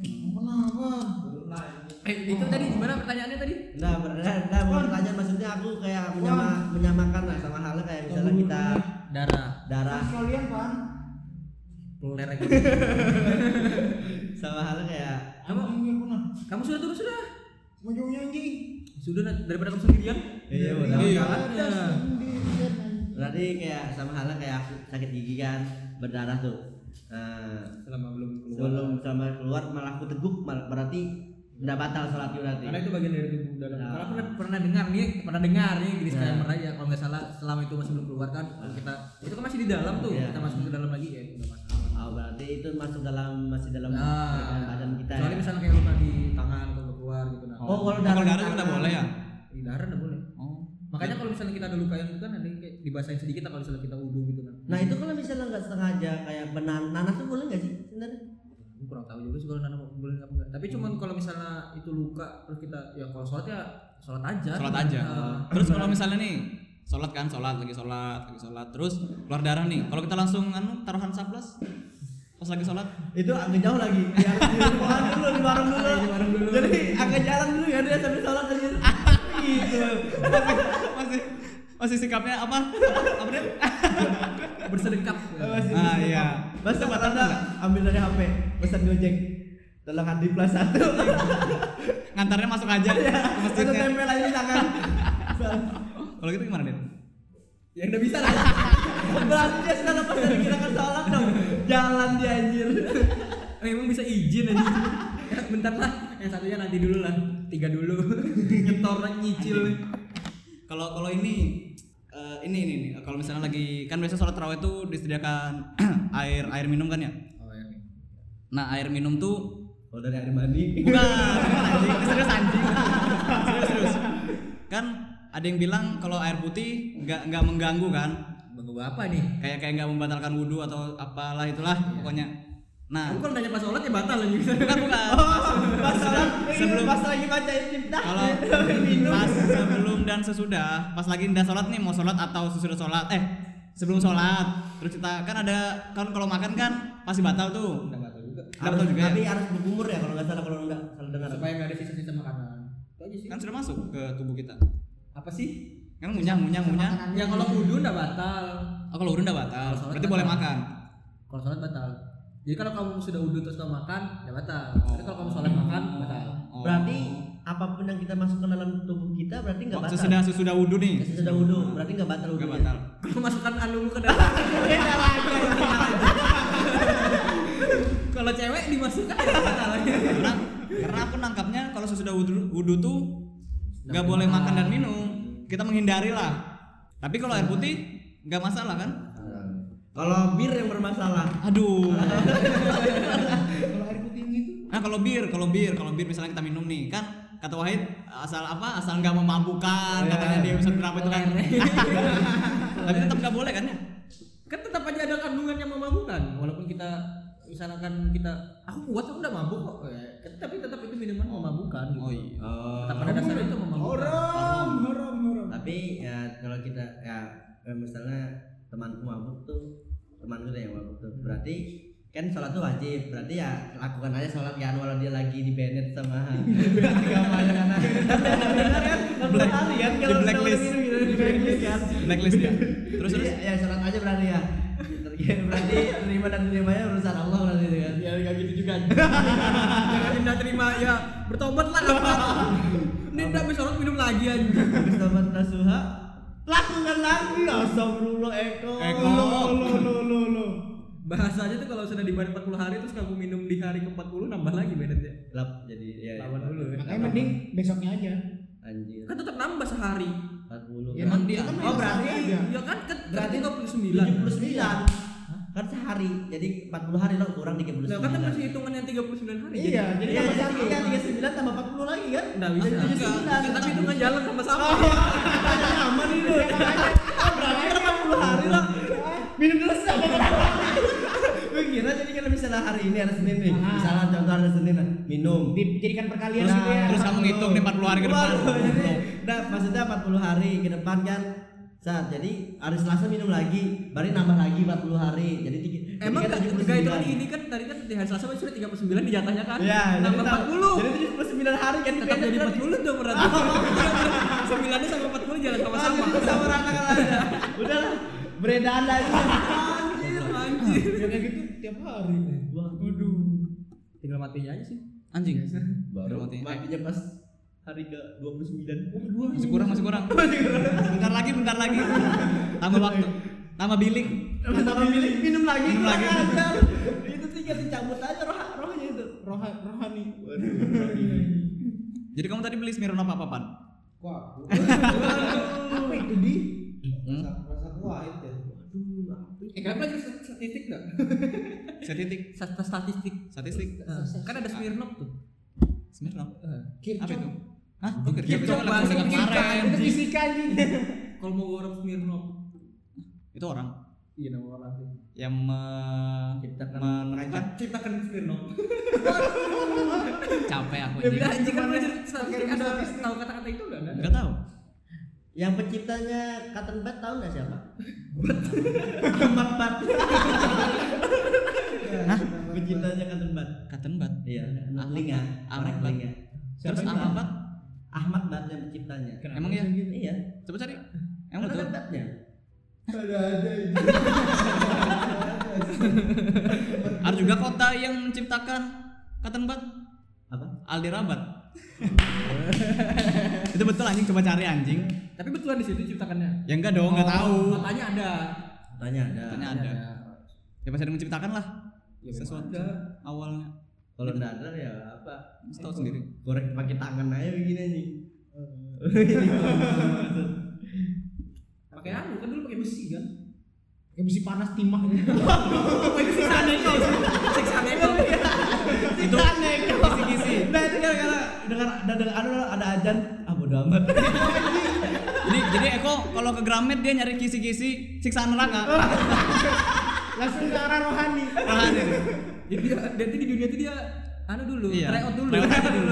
[SPEAKER 3] Kenapa?
[SPEAKER 5] Eh, itu tadi gimana pertanyaannya tadi?
[SPEAKER 2] Nah, beneran, nah, mau tanya maksudnya aku kayak menyama, menyamakan lah sama halnya kayak misalnya kita
[SPEAKER 5] Darah.
[SPEAKER 2] darah
[SPEAKER 3] Pas kalian, Pan.
[SPEAKER 5] Peler lagi.
[SPEAKER 2] sama halnya kayak
[SPEAKER 5] Kamu
[SPEAKER 3] Anjing aku nah.
[SPEAKER 5] kamu sudah turun sudah?
[SPEAKER 3] Mau jauh nyanyi.
[SPEAKER 5] Sudah Nat. daripada kamu sendirian.
[SPEAKER 2] iya
[SPEAKER 3] Iya,
[SPEAKER 2] bener.
[SPEAKER 3] ada
[SPEAKER 5] makanya.
[SPEAKER 3] sendirian, anjing.
[SPEAKER 2] berarti kayak sama halnya kayak aku sakit gigi kan berdarah tuh nah,
[SPEAKER 5] Selama belum
[SPEAKER 2] sebelum sama keluar malah aku teguk mal- berarti udah batal sholatnya berarti
[SPEAKER 5] Karena itu bagian dari tubuh
[SPEAKER 1] Ya.
[SPEAKER 5] dalam.
[SPEAKER 2] Nah.
[SPEAKER 5] Karena pernah pernah dengar nih, pernah dengar nih disclaimer
[SPEAKER 2] Nah.
[SPEAKER 5] aja Iya, kalau nggak salah selama itu masih belum keluar kan kalau kita itu kan masih di dalam tuh
[SPEAKER 2] Ah. Iya.
[SPEAKER 5] kita masuk ke dalam lagi ya itu nggak masalah.
[SPEAKER 2] oh, berarti itu masuk dalam masih dalam
[SPEAKER 5] Nah,
[SPEAKER 2] badan kita
[SPEAKER 5] Soalnya
[SPEAKER 2] ya.
[SPEAKER 5] misalnya kayak luka di tangan kalau keluar gitu nah.
[SPEAKER 2] Oh, kalau
[SPEAKER 1] Oh,
[SPEAKER 2] darah
[SPEAKER 1] kalau
[SPEAKER 2] di
[SPEAKER 1] darah juga
[SPEAKER 2] tangan.
[SPEAKER 1] nggak boleh ya?
[SPEAKER 5] Di darah udah boleh.
[SPEAKER 1] Oh.
[SPEAKER 2] Iya.
[SPEAKER 5] Makanya kalau misalnya kita ada luka yang itu kan ada yang kayak dibasahin sedikit lah kalau misalnya kita wudhu gitu kan.
[SPEAKER 2] nah itu kalau misalnya nggak sengaja kayak benar nanas tuh boleh nggak sih sebenarnya
[SPEAKER 5] kurang tahu juga sih kalau nanam boleh apa enggak
[SPEAKER 2] Hmm.
[SPEAKER 5] tapi cuman kalau misalnya itu luka terus kita ya kalau sholat ya sholat aja
[SPEAKER 1] sholat aja
[SPEAKER 2] Ah.
[SPEAKER 5] Nah,
[SPEAKER 1] terus kalau misalnya nih sholat kan sholat lagi sholat lagi sholat terus keluar darah nih kalau kita langsung anu taruhan saplas pas lagi sholat *laughs*
[SPEAKER 2] itu agak jauh lagi ya di rumahan dulu di warung dulu,
[SPEAKER 5] Iya,
[SPEAKER 2] jadi agak jalan dulu ya dia sambil sholat
[SPEAKER 5] *laughs*
[SPEAKER 2] aja gitu
[SPEAKER 1] masih masih sikapnya apa apa dia
[SPEAKER 5] bersedekap
[SPEAKER 1] ah iya
[SPEAKER 2] Oh, Mas tempat anda ambil dari HP pesan gojek tolong handi plus
[SPEAKER 5] *laughs*
[SPEAKER 2] satu
[SPEAKER 1] ngantarnya masuk aja ke
[SPEAKER 2] itu
[SPEAKER 1] masjidnya
[SPEAKER 2] Iya, tempel aja di tangan
[SPEAKER 1] kalau gitu gimana Dit?
[SPEAKER 2] ya udah bisa lah berarti dia sudah lepas dari gerakan sholat dong jalan dia anjir
[SPEAKER 5] memang Eh, bisa izin aja Ya, bentar lah yang satunya nanti dulu lah tiga dulu nyetor nyicil
[SPEAKER 1] Kalau kalau ini eh, ini ini, ini. kalau misalnya lagi kan biasa sholat tarawih itu disediakan *clears throat* air air minum kan ya.
[SPEAKER 5] Oh, iya,
[SPEAKER 1] Nah air minum tuh
[SPEAKER 2] kalau dari air mandi
[SPEAKER 1] bukan anjing, Ini serius anjing, serius, serius. Kan ada yang bilang kalau air putih nggak nggak mengganggu kan,
[SPEAKER 5] mengubah apa nih Iya.
[SPEAKER 1] kayak kayak nggak membatalkan wudhu atau apalah itulah pokoknya. Nah
[SPEAKER 5] aku kalau nanya pas sholat ya batal Oh, lagi
[SPEAKER 1] bukan bukan.
[SPEAKER 2] pas sholat
[SPEAKER 5] Iya,
[SPEAKER 1] Sebelum-
[SPEAKER 2] pas lagi baca istiftah
[SPEAKER 1] *laughs* kalau pas sebelum dan sesudah pas lagi ndak sholat nih mau sholat atau sesudah sholat eh sebelum sholat terus kita kan ada kan kalau makan kan pasti batal tuh Nggak
[SPEAKER 2] Harus-
[SPEAKER 1] batal juga
[SPEAKER 2] tapi
[SPEAKER 1] ya?
[SPEAKER 2] harus berkumur ya kalau nggak salah kalau nggak salah dengar
[SPEAKER 5] supaya nggak ada sisa-sisa makanan itu aja sih
[SPEAKER 1] kan sudah masuk ke tubuh kita
[SPEAKER 5] apa sih
[SPEAKER 1] kan ngunyah ngunyah ngunyah
[SPEAKER 5] ya kalau wudhu nggak batal
[SPEAKER 1] oh, kalau udah ndak batal
[SPEAKER 5] Kalau sholat kan
[SPEAKER 1] berarti
[SPEAKER 5] batal.
[SPEAKER 1] boleh makan
[SPEAKER 5] kalau sholat batal jadi kalau kamu sudah wudhu terus nggak makan ya batal tapi kalau kamu sholat makan batal *laughs*
[SPEAKER 1] Oh.
[SPEAKER 2] berarti apapun yang kita masukkan dalam tubuh kita berarti nggak
[SPEAKER 1] Oh,
[SPEAKER 2] batal
[SPEAKER 1] sesudah sesudah wudhu nih
[SPEAKER 5] Ya,
[SPEAKER 2] sesudah wudhu berarti nggak batal wudhu
[SPEAKER 1] nggak batal
[SPEAKER 5] kalau masukkan anumu ke dalam kalau cewek dimasukkan ya batal
[SPEAKER 1] karena karena aku nangkapnya kalau sesudah wudhu, wudhu tuh nggak boleh makan dan minum kita menghindari lah tapi kalau
[SPEAKER 5] Nah.
[SPEAKER 1] air putih nggak masalah kan
[SPEAKER 2] kalau bir yang bermasalah
[SPEAKER 1] Eh, aduh
[SPEAKER 3] Kalau air putih gitu? itu
[SPEAKER 1] Nah kalau bir, kalau bir, kalau bir misalnya kita minum nih kan kata Wahid asal apa asal nggak
[SPEAKER 5] Oh,
[SPEAKER 1] memabukan
[SPEAKER 5] iya.
[SPEAKER 1] katanya di episode berapa itu kan.
[SPEAKER 3] Iya,
[SPEAKER 1] *laughs* Tapi tetap nggak boleh kan ya?
[SPEAKER 5] kan tetap aja ada kandungan yang memabukkan walaupun kita misalkan kita aku kuat aku udah mabuk kok Eh, tapi tetap itu minuman memabukkan gitu.
[SPEAKER 1] Oh iya.
[SPEAKER 5] tetap pada dasarnya itu memabukkan
[SPEAKER 3] haram, haram, haram.
[SPEAKER 2] tapi ya kalau kita ya eh, misalnya temanku mabuk tuh temanku tuh yang mabuk tuh berarti kan sholat tuh wajib berarti ya lakukan aja sholat kan walau dia lagi di banned sama *laughs* agamanya kan benar kan
[SPEAKER 1] Black-
[SPEAKER 2] Hari kan
[SPEAKER 1] di
[SPEAKER 2] kalau
[SPEAKER 1] blacklist.
[SPEAKER 2] udah minum gitu, di blacklist kan
[SPEAKER 1] Blacklist dia. Terus
[SPEAKER 2] Jadi,
[SPEAKER 1] terus.
[SPEAKER 2] ya sholat aja berarti ya berarti terima dan terimanya urusan Allah berarti itu kan
[SPEAKER 5] ya nggak gitu juga jangan minta terima ya bertobat lah
[SPEAKER 1] *laughs*
[SPEAKER 5] kapan ini udah habis sholat minum lagi aja
[SPEAKER 2] habis tamat nasuha lakukan lagi astagfirullah Eko
[SPEAKER 1] Eko.
[SPEAKER 2] Lo, lo, lo, lo, lo.
[SPEAKER 5] bahasanya tuh kalau sudah di ban 40 hari terus kamu minum di hari ke 40 nambah lagi bedanya
[SPEAKER 2] lap jadi ya ya.
[SPEAKER 5] lawan dulu ya
[SPEAKER 3] Makanya mending besoknya
[SPEAKER 2] *laughs*
[SPEAKER 3] aja.
[SPEAKER 2] anjir
[SPEAKER 5] kan tetap nambah sehari
[SPEAKER 2] 40 kan.
[SPEAKER 3] Ya, emang dia kan
[SPEAKER 2] oh berarti
[SPEAKER 3] aja.
[SPEAKER 5] ya kan ke
[SPEAKER 2] Berarti
[SPEAKER 5] 39
[SPEAKER 2] 79 kan sehari jadi 40 hari lo kurang 39
[SPEAKER 5] Nah, kan kan masih hitungan yang 39 hari.
[SPEAKER 3] Iya,
[SPEAKER 2] jadi
[SPEAKER 3] jadi
[SPEAKER 2] kan
[SPEAKER 3] kan
[SPEAKER 2] masih
[SPEAKER 3] satu
[SPEAKER 2] kan 39 tambah 40 lagi kan
[SPEAKER 5] Enggak bisa.
[SPEAKER 2] Jadi
[SPEAKER 5] juga.
[SPEAKER 2] 79.
[SPEAKER 5] Tapi kan hitungan jalan sama-sama.
[SPEAKER 2] Oh. Tanya sama nih lo berarti kan 40 hari lo
[SPEAKER 3] Minum dulu sama
[SPEAKER 2] gue kira jadi kalau misalnya hari ini hari Senin nih misalnya contoh hari Senin ah, minum
[SPEAKER 3] Dijadikan perkalian
[SPEAKER 1] Terus,
[SPEAKER 3] gitu ya.
[SPEAKER 1] terus kamu ngitung nih 40 hari ke depan.
[SPEAKER 2] Waduh, jadi,
[SPEAKER 1] Goblok.
[SPEAKER 2] nah, maksudnya 40 hari ke depan kan saat jadi hari Selasa minum lagi, baru nambah lagi 40 hari. Jadi tiga,
[SPEAKER 5] Emang
[SPEAKER 2] jadi
[SPEAKER 5] enggak
[SPEAKER 2] kan
[SPEAKER 5] enggak itu kan ini kan tadi kan di hari Selasa kan sudah 39 dijatahnya kan.
[SPEAKER 2] Ya,
[SPEAKER 5] nambah
[SPEAKER 2] jadi tam-
[SPEAKER 5] 40.
[SPEAKER 2] Jadi 79 hari kan
[SPEAKER 5] Tetap jadi 40 dong
[SPEAKER 2] *laughs*
[SPEAKER 5] berarti. 9 sama 40 jalan sama-sama.
[SPEAKER 2] sama sama rata kan. Udahlah, beredar lagi.
[SPEAKER 5] Anjir, anjir.
[SPEAKER 3] Ya kayak gitu tiap hari. Waduh.
[SPEAKER 5] Tinggal matinya aja sih.
[SPEAKER 1] Anjing.
[SPEAKER 2] Iya, Baru
[SPEAKER 1] Mati.
[SPEAKER 2] matinya pas hari ke 29.
[SPEAKER 1] Masih kurang masih kurang. Bentar lagi bentar lagi. Tambah waktu. Tambah billing.
[SPEAKER 2] Sama milik minum lagi,
[SPEAKER 1] Minum
[SPEAKER 2] kurang
[SPEAKER 1] lagi.
[SPEAKER 2] ajar. Itu tinggal dicabut aja roh rohnya itu.
[SPEAKER 3] Roha, rohani.
[SPEAKER 1] Jadi kamu tadi beli Smirnoff apa papan?
[SPEAKER 4] Kok aku?
[SPEAKER 3] Apa itu di?
[SPEAKER 1] Hmm?
[SPEAKER 4] Rasa kuahit ya.
[SPEAKER 5] Eh, kalian belajar statistik enggak?
[SPEAKER 1] Statistik.
[SPEAKER 5] Statistik.
[SPEAKER 1] Statistik.
[SPEAKER 5] Kan ada Smirnoff tuh.
[SPEAKER 1] Smirnoff.
[SPEAKER 5] Ah,
[SPEAKER 1] Apa
[SPEAKER 3] Kirchhoff.
[SPEAKER 1] itu? Hah? Oh, Kirchhoff.
[SPEAKER 5] Kirchhoff,
[SPEAKER 1] Itu lagu
[SPEAKER 5] bahasa
[SPEAKER 1] dengan
[SPEAKER 5] Kirchhoff.
[SPEAKER 1] kemarin.
[SPEAKER 3] Itu fisika anjing.
[SPEAKER 5] Kalau mau orang Smirnoff.
[SPEAKER 1] Itu orang.
[SPEAKER 3] Iya, nama orang sih.
[SPEAKER 1] yang me kan
[SPEAKER 2] Menciptakan-
[SPEAKER 5] Kan
[SPEAKER 1] menerangkan
[SPEAKER 2] Ciptakan Firno.
[SPEAKER 5] Oh, iya.
[SPEAKER 1] capek aku
[SPEAKER 5] Dia bilang
[SPEAKER 1] anjing
[SPEAKER 5] anjing kan
[SPEAKER 3] Gimana?
[SPEAKER 5] belajar statistik
[SPEAKER 3] Pakai
[SPEAKER 5] ada
[SPEAKER 3] rumus
[SPEAKER 5] tahu kata-kata itu enggak ada.
[SPEAKER 1] nggak tahu
[SPEAKER 2] Yang penciptanya Cotton Bud tahu nggak siapa? Ahmad Bud.
[SPEAKER 1] Hah?
[SPEAKER 2] Penciptanya Cotton Bud.
[SPEAKER 1] katen bat
[SPEAKER 2] Iya,
[SPEAKER 1] Ahmad
[SPEAKER 2] Linga.
[SPEAKER 1] Ahmad
[SPEAKER 2] Orang
[SPEAKER 1] Bud.
[SPEAKER 2] Linga.
[SPEAKER 1] terus
[SPEAKER 2] Siapa yang
[SPEAKER 1] apa
[SPEAKER 2] tahu?
[SPEAKER 1] bat
[SPEAKER 2] Ahmad Bud yang penciptanya.
[SPEAKER 1] emang ya
[SPEAKER 2] Iya.
[SPEAKER 1] coba cari emang
[SPEAKER 2] Cotton
[SPEAKER 1] betul
[SPEAKER 2] Budnya.
[SPEAKER 3] Ada ada ini.
[SPEAKER 1] ada juga kota yang menciptakan katen bat
[SPEAKER 2] Apa?
[SPEAKER 1] *laughs* Alderabat itu betul anjing coba cari anjing
[SPEAKER 5] Tapi betulan di situ ciptakannya.
[SPEAKER 1] ya enggak dong
[SPEAKER 5] Oh.
[SPEAKER 1] nggak tahu
[SPEAKER 5] Katanya ada.
[SPEAKER 2] Tanya ada.
[SPEAKER 1] katanya ada ya pasti ada yang menciptakan lah
[SPEAKER 5] Ya,
[SPEAKER 1] sesuatu
[SPEAKER 5] ada.
[SPEAKER 1] awalnya
[SPEAKER 2] Kalau nggak ada ya apa?
[SPEAKER 1] Mesti tahu sendiri
[SPEAKER 2] Korek pakai tangan aja begini nih.
[SPEAKER 5] Pakai anu kan dulu pakai besi kan.
[SPEAKER 3] Ya mesti panas
[SPEAKER 5] *laughs*
[SPEAKER 3] timah gitu.
[SPEAKER 5] Siksa neko. Siksa neko.
[SPEAKER 1] *laughs* itu kisi-kisi
[SPEAKER 2] Nah itu
[SPEAKER 5] ya,
[SPEAKER 2] kan karena *laughs* dengar ada dengar ada ada ajan ah bodo *laughs* amat.
[SPEAKER 1] jadi jadi Eko kalau ke Gramet dia nyari kisi-kisi siksaan
[SPEAKER 5] Oh,
[SPEAKER 1] neraka
[SPEAKER 3] Langsung ke arah rohani.
[SPEAKER 1] Tahan ya.
[SPEAKER 5] iya. Jadi dia nanti di dunia itu dia anu dulu,
[SPEAKER 1] Iya.
[SPEAKER 5] tryout dulu.
[SPEAKER 1] Tryout
[SPEAKER 5] dulu.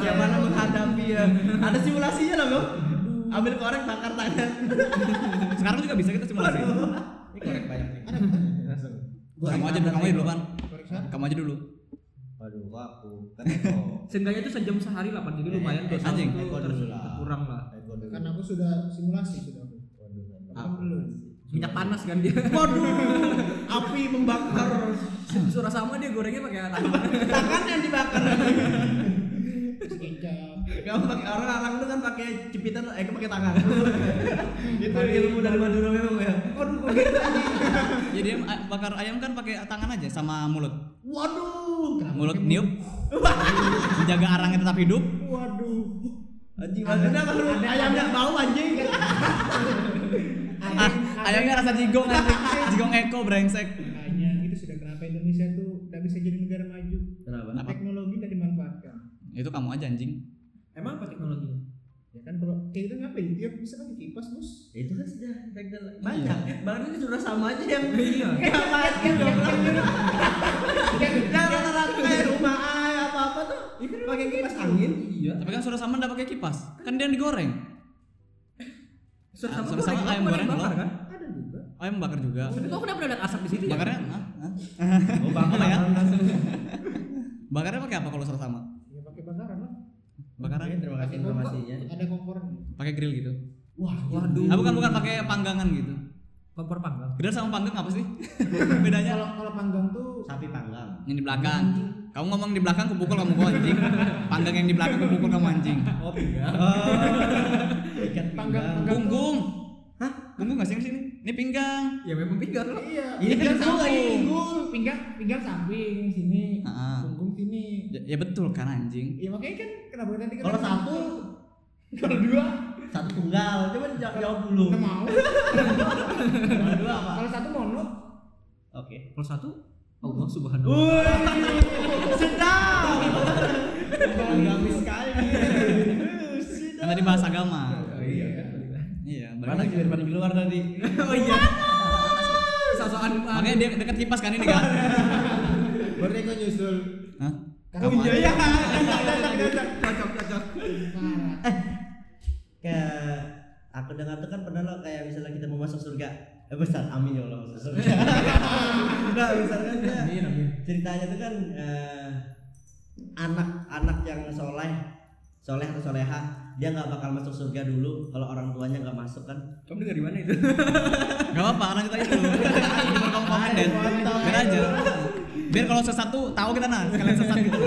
[SPEAKER 2] Ya mana menghadapi ya. Ada simulasinya loh *laughs* bro. Ambil korek bakar tangan.
[SPEAKER 1] sekarang juga bisa kita simulasi
[SPEAKER 2] Ini korek banyak nih.
[SPEAKER 4] langsung
[SPEAKER 1] kamu aja dulu kamu
[SPEAKER 2] ya.
[SPEAKER 1] aja dulu kan kamu aja dulu
[SPEAKER 4] waduh kok aku kan Eko
[SPEAKER 5] Seenggaknya itu sejam sehari lah, Pak. jadi lumayan
[SPEAKER 1] eh,
[SPEAKER 5] dua
[SPEAKER 1] anjing,
[SPEAKER 5] anjing
[SPEAKER 2] ekor
[SPEAKER 5] terus
[SPEAKER 2] dulu lah.
[SPEAKER 5] kurang lah.
[SPEAKER 4] Eko dulu
[SPEAKER 3] Karena Kan aku sudah simulasi sudah aku.
[SPEAKER 4] waduh kan
[SPEAKER 2] Aku
[SPEAKER 5] Minyak panas kan dia.
[SPEAKER 2] Waduh, api membakar
[SPEAKER 5] Suara sama dia gorengnya pakai tangan.
[SPEAKER 2] tangan yang dibakar.
[SPEAKER 3] Terus Kecap.
[SPEAKER 2] Kamu pakai orang orang itu kan pakai jepitan, eh pakai *laughs* tangan. Itu ilmu dari Madura memang ya. Waduh, kok gitu anjing.
[SPEAKER 1] jadi Ya, dia a- bakar ayam kan pakai tangan aja sama mulut
[SPEAKER 2] Waduh,
[SPEAKER 1] mulut niup menjaga arangnya tetap hidup
[SPEAKER 3] Waduh.
[SPEAKER 2] anjing banget. Kenapa lu ayamnya bau anjing?
[SPEAKER 1] Ah, ayamnya rasa jigong anjing jigong Eko brengsek
[SPEAKER 3] Makanya itu sudah kenapa Indonesia tuh tidak bisa jadi negara maju.
[SPEAKER 2] Kenapa?
[SPEAKER 1] Kenapa?
[SPEAKER 3] Teknologi tidak dimanfaatkan.
[SPEAKER 1] itu kamu aja anjing
[SPEAKER 5] Emang apa teknologinya?
[SPEAKER 3] Ya kan kalau kayak gitu ngapain? Dia bisa pakai kipas bos.
[SPEAKER 2] Itu kan sudah tegel banyak. Baru itu sudah sama aja yang
[SPEAKER 3] *laughs*
[SPEAKER 5] Iya.
[SPEAKER 2] Yang mati dong.
[SPEAKER 3] iya,
[SPEAKER 2] Yang rata-rata kayak rumah ay apa apa tuh.
[SPEAKER 3] Iya.
[SPEAKER 2] Pakai kipas angin.
[SPEAKER 5] Iya.
[SPEAKER 1] tapi kan suara sama ndak pakai kipas kan dia yang digoreng
[SPEAKER 5] Suara
[SPEAKER 1] Ah,
[SPEAKER 5] sama,
[SPEAKER 1] suara sama ayam
[SPEAKER 5] goreng, apa
[SPEAKER 1] goreng belum?
[SPEAKER 5] dibakar, kan?
[SPEAKER 3] Ada juga.
[SPEAKER 1] ayam Oh, bakar juga
[SPEAKER 5] Tapi kok kenapa ada asap di situ ya?
[SPEAKER 1] bakarnya ah, ah.
[SPEAKER 2] Oh,
[SPEAKER 1] Apa ya?
[SPEAKER 2] langsung.
[SPEAKER 1] bakarnya pakai apa kalau suara sama
[SPEAKER 3] Ya pakai bakaran lah.
[SPEAKER 1] bakaran
[SPEAKER 2] Terima kasih informasinya.
[SPEAKER 3] Ada kompornya.
[SPEAKER 1] pakai grill gitu
[SPEAKER 3] Wah,
[SPEAKER 5] Waduh.
[SPEAKER 1] ah bukan bukan pakai panggangan gitu
[SPEAKER 5] Kompor panggang.
[SPEAKER 1] grill sama panggang apa sih *laughs* bedanya
[SPEAKER 3] Kalau kalau panggang tuh
[SPEAKER 2] Sapi panggang.
[SPEAKER 1] yang di belakang kamu ngomong di belakang kupukul kamu kok anjing panggang yang di belakang kupukul kamu anjing
[SPEAKER 2] Oh, *laughs* Oh, ikan panggang.
[SPEAKER 3] panggang panggang tuh-
[SPEAKER 1] punggung hah punggung nggak sih yang sini ini pinggang
[SPEAKER 5] Ya memang pinggang loh.
[SPEAKER 3] Iya.
[SPEAKER 2] Ini kan gua lagi
[SPEAKER 5] iya.
[SPEAKER 3] pinggul, pinggang pinggang samping sini,
[SPEAKER 1] Ah.
[SPEAKER 3] punggung sini.
[SPEAKER 1] ya, ya betul kan anjing
[SPEAKER 3] Ya makanya kan kenapa tadi kan
[SPEAKER 2] Kalau satu,
[SPEAKER 3] kalau dua
[SPEAKER 2] satu tunggal. Coba dijawab jawab dulu.
[SPEAKER 3] nggak mau.
[SPEAKER 2] Kalau dua apa?
[SPEAKER 3] Kalau satu mono,
[SPEAKER 2] Oke.
[SPEAKER 5] Kalau satu Allah subhanahu wa
[SPEAKER 2] Woi, sedap. Agamis *laughs* sekali.
[SPEAKER 1] kan tadi bahas agama
[SPEAKER 2] iya.
[SPEAKER 3] kan?
[SPEAKER 1] iya
[SPEAKER 2] Mana
[SPEAKER 1] berarti
[SPEAKER 2] sih daripada di luar
[SPEAKER 1] *laughs*
[SPEAKER 2] tadi?
[SPEAKER 5] Oh iya. Sosokan
[SPEAKER 1] makanya dia dekat kipas kan ini
[SPEAKER 5] *laughs*
[SPEAKER 1] kan
[SPEAKER 4] berarti Eko nyusul
[SPEAKER 1] hah
[SPEAKER 3] Karena
[SPEAKER 1] Kamu aja.
[SPEAKER 2] iya.
[SPEAKER 5] cocok cocok.
[SPEAKER 3] parah.
[SPEAKER 2] Eh, Kayak aku dengar tuh kan pernah loh kayak misalnya kita mau masuk surga. Eh besar, amin ya Allah masuk surga. nah, misalkan dia
[SPEAKER 5] Amin amin.
[SPEAKER 2] ceritanya tuh kan eh, anak-anak yang soleh soleh atau soleha dia nggak bakal masuk surga dulu kalau orang tuanya nggak masuk kan
[SPEAKER 5] Kamu dari mana itu?
[SPEAKER 1] Gak apa-apa, lanjut aja dulu. Biar kamu komen deh. Biar aja. Biar kalau sesat tuh tahu kita nah, sekalian sesat gitu.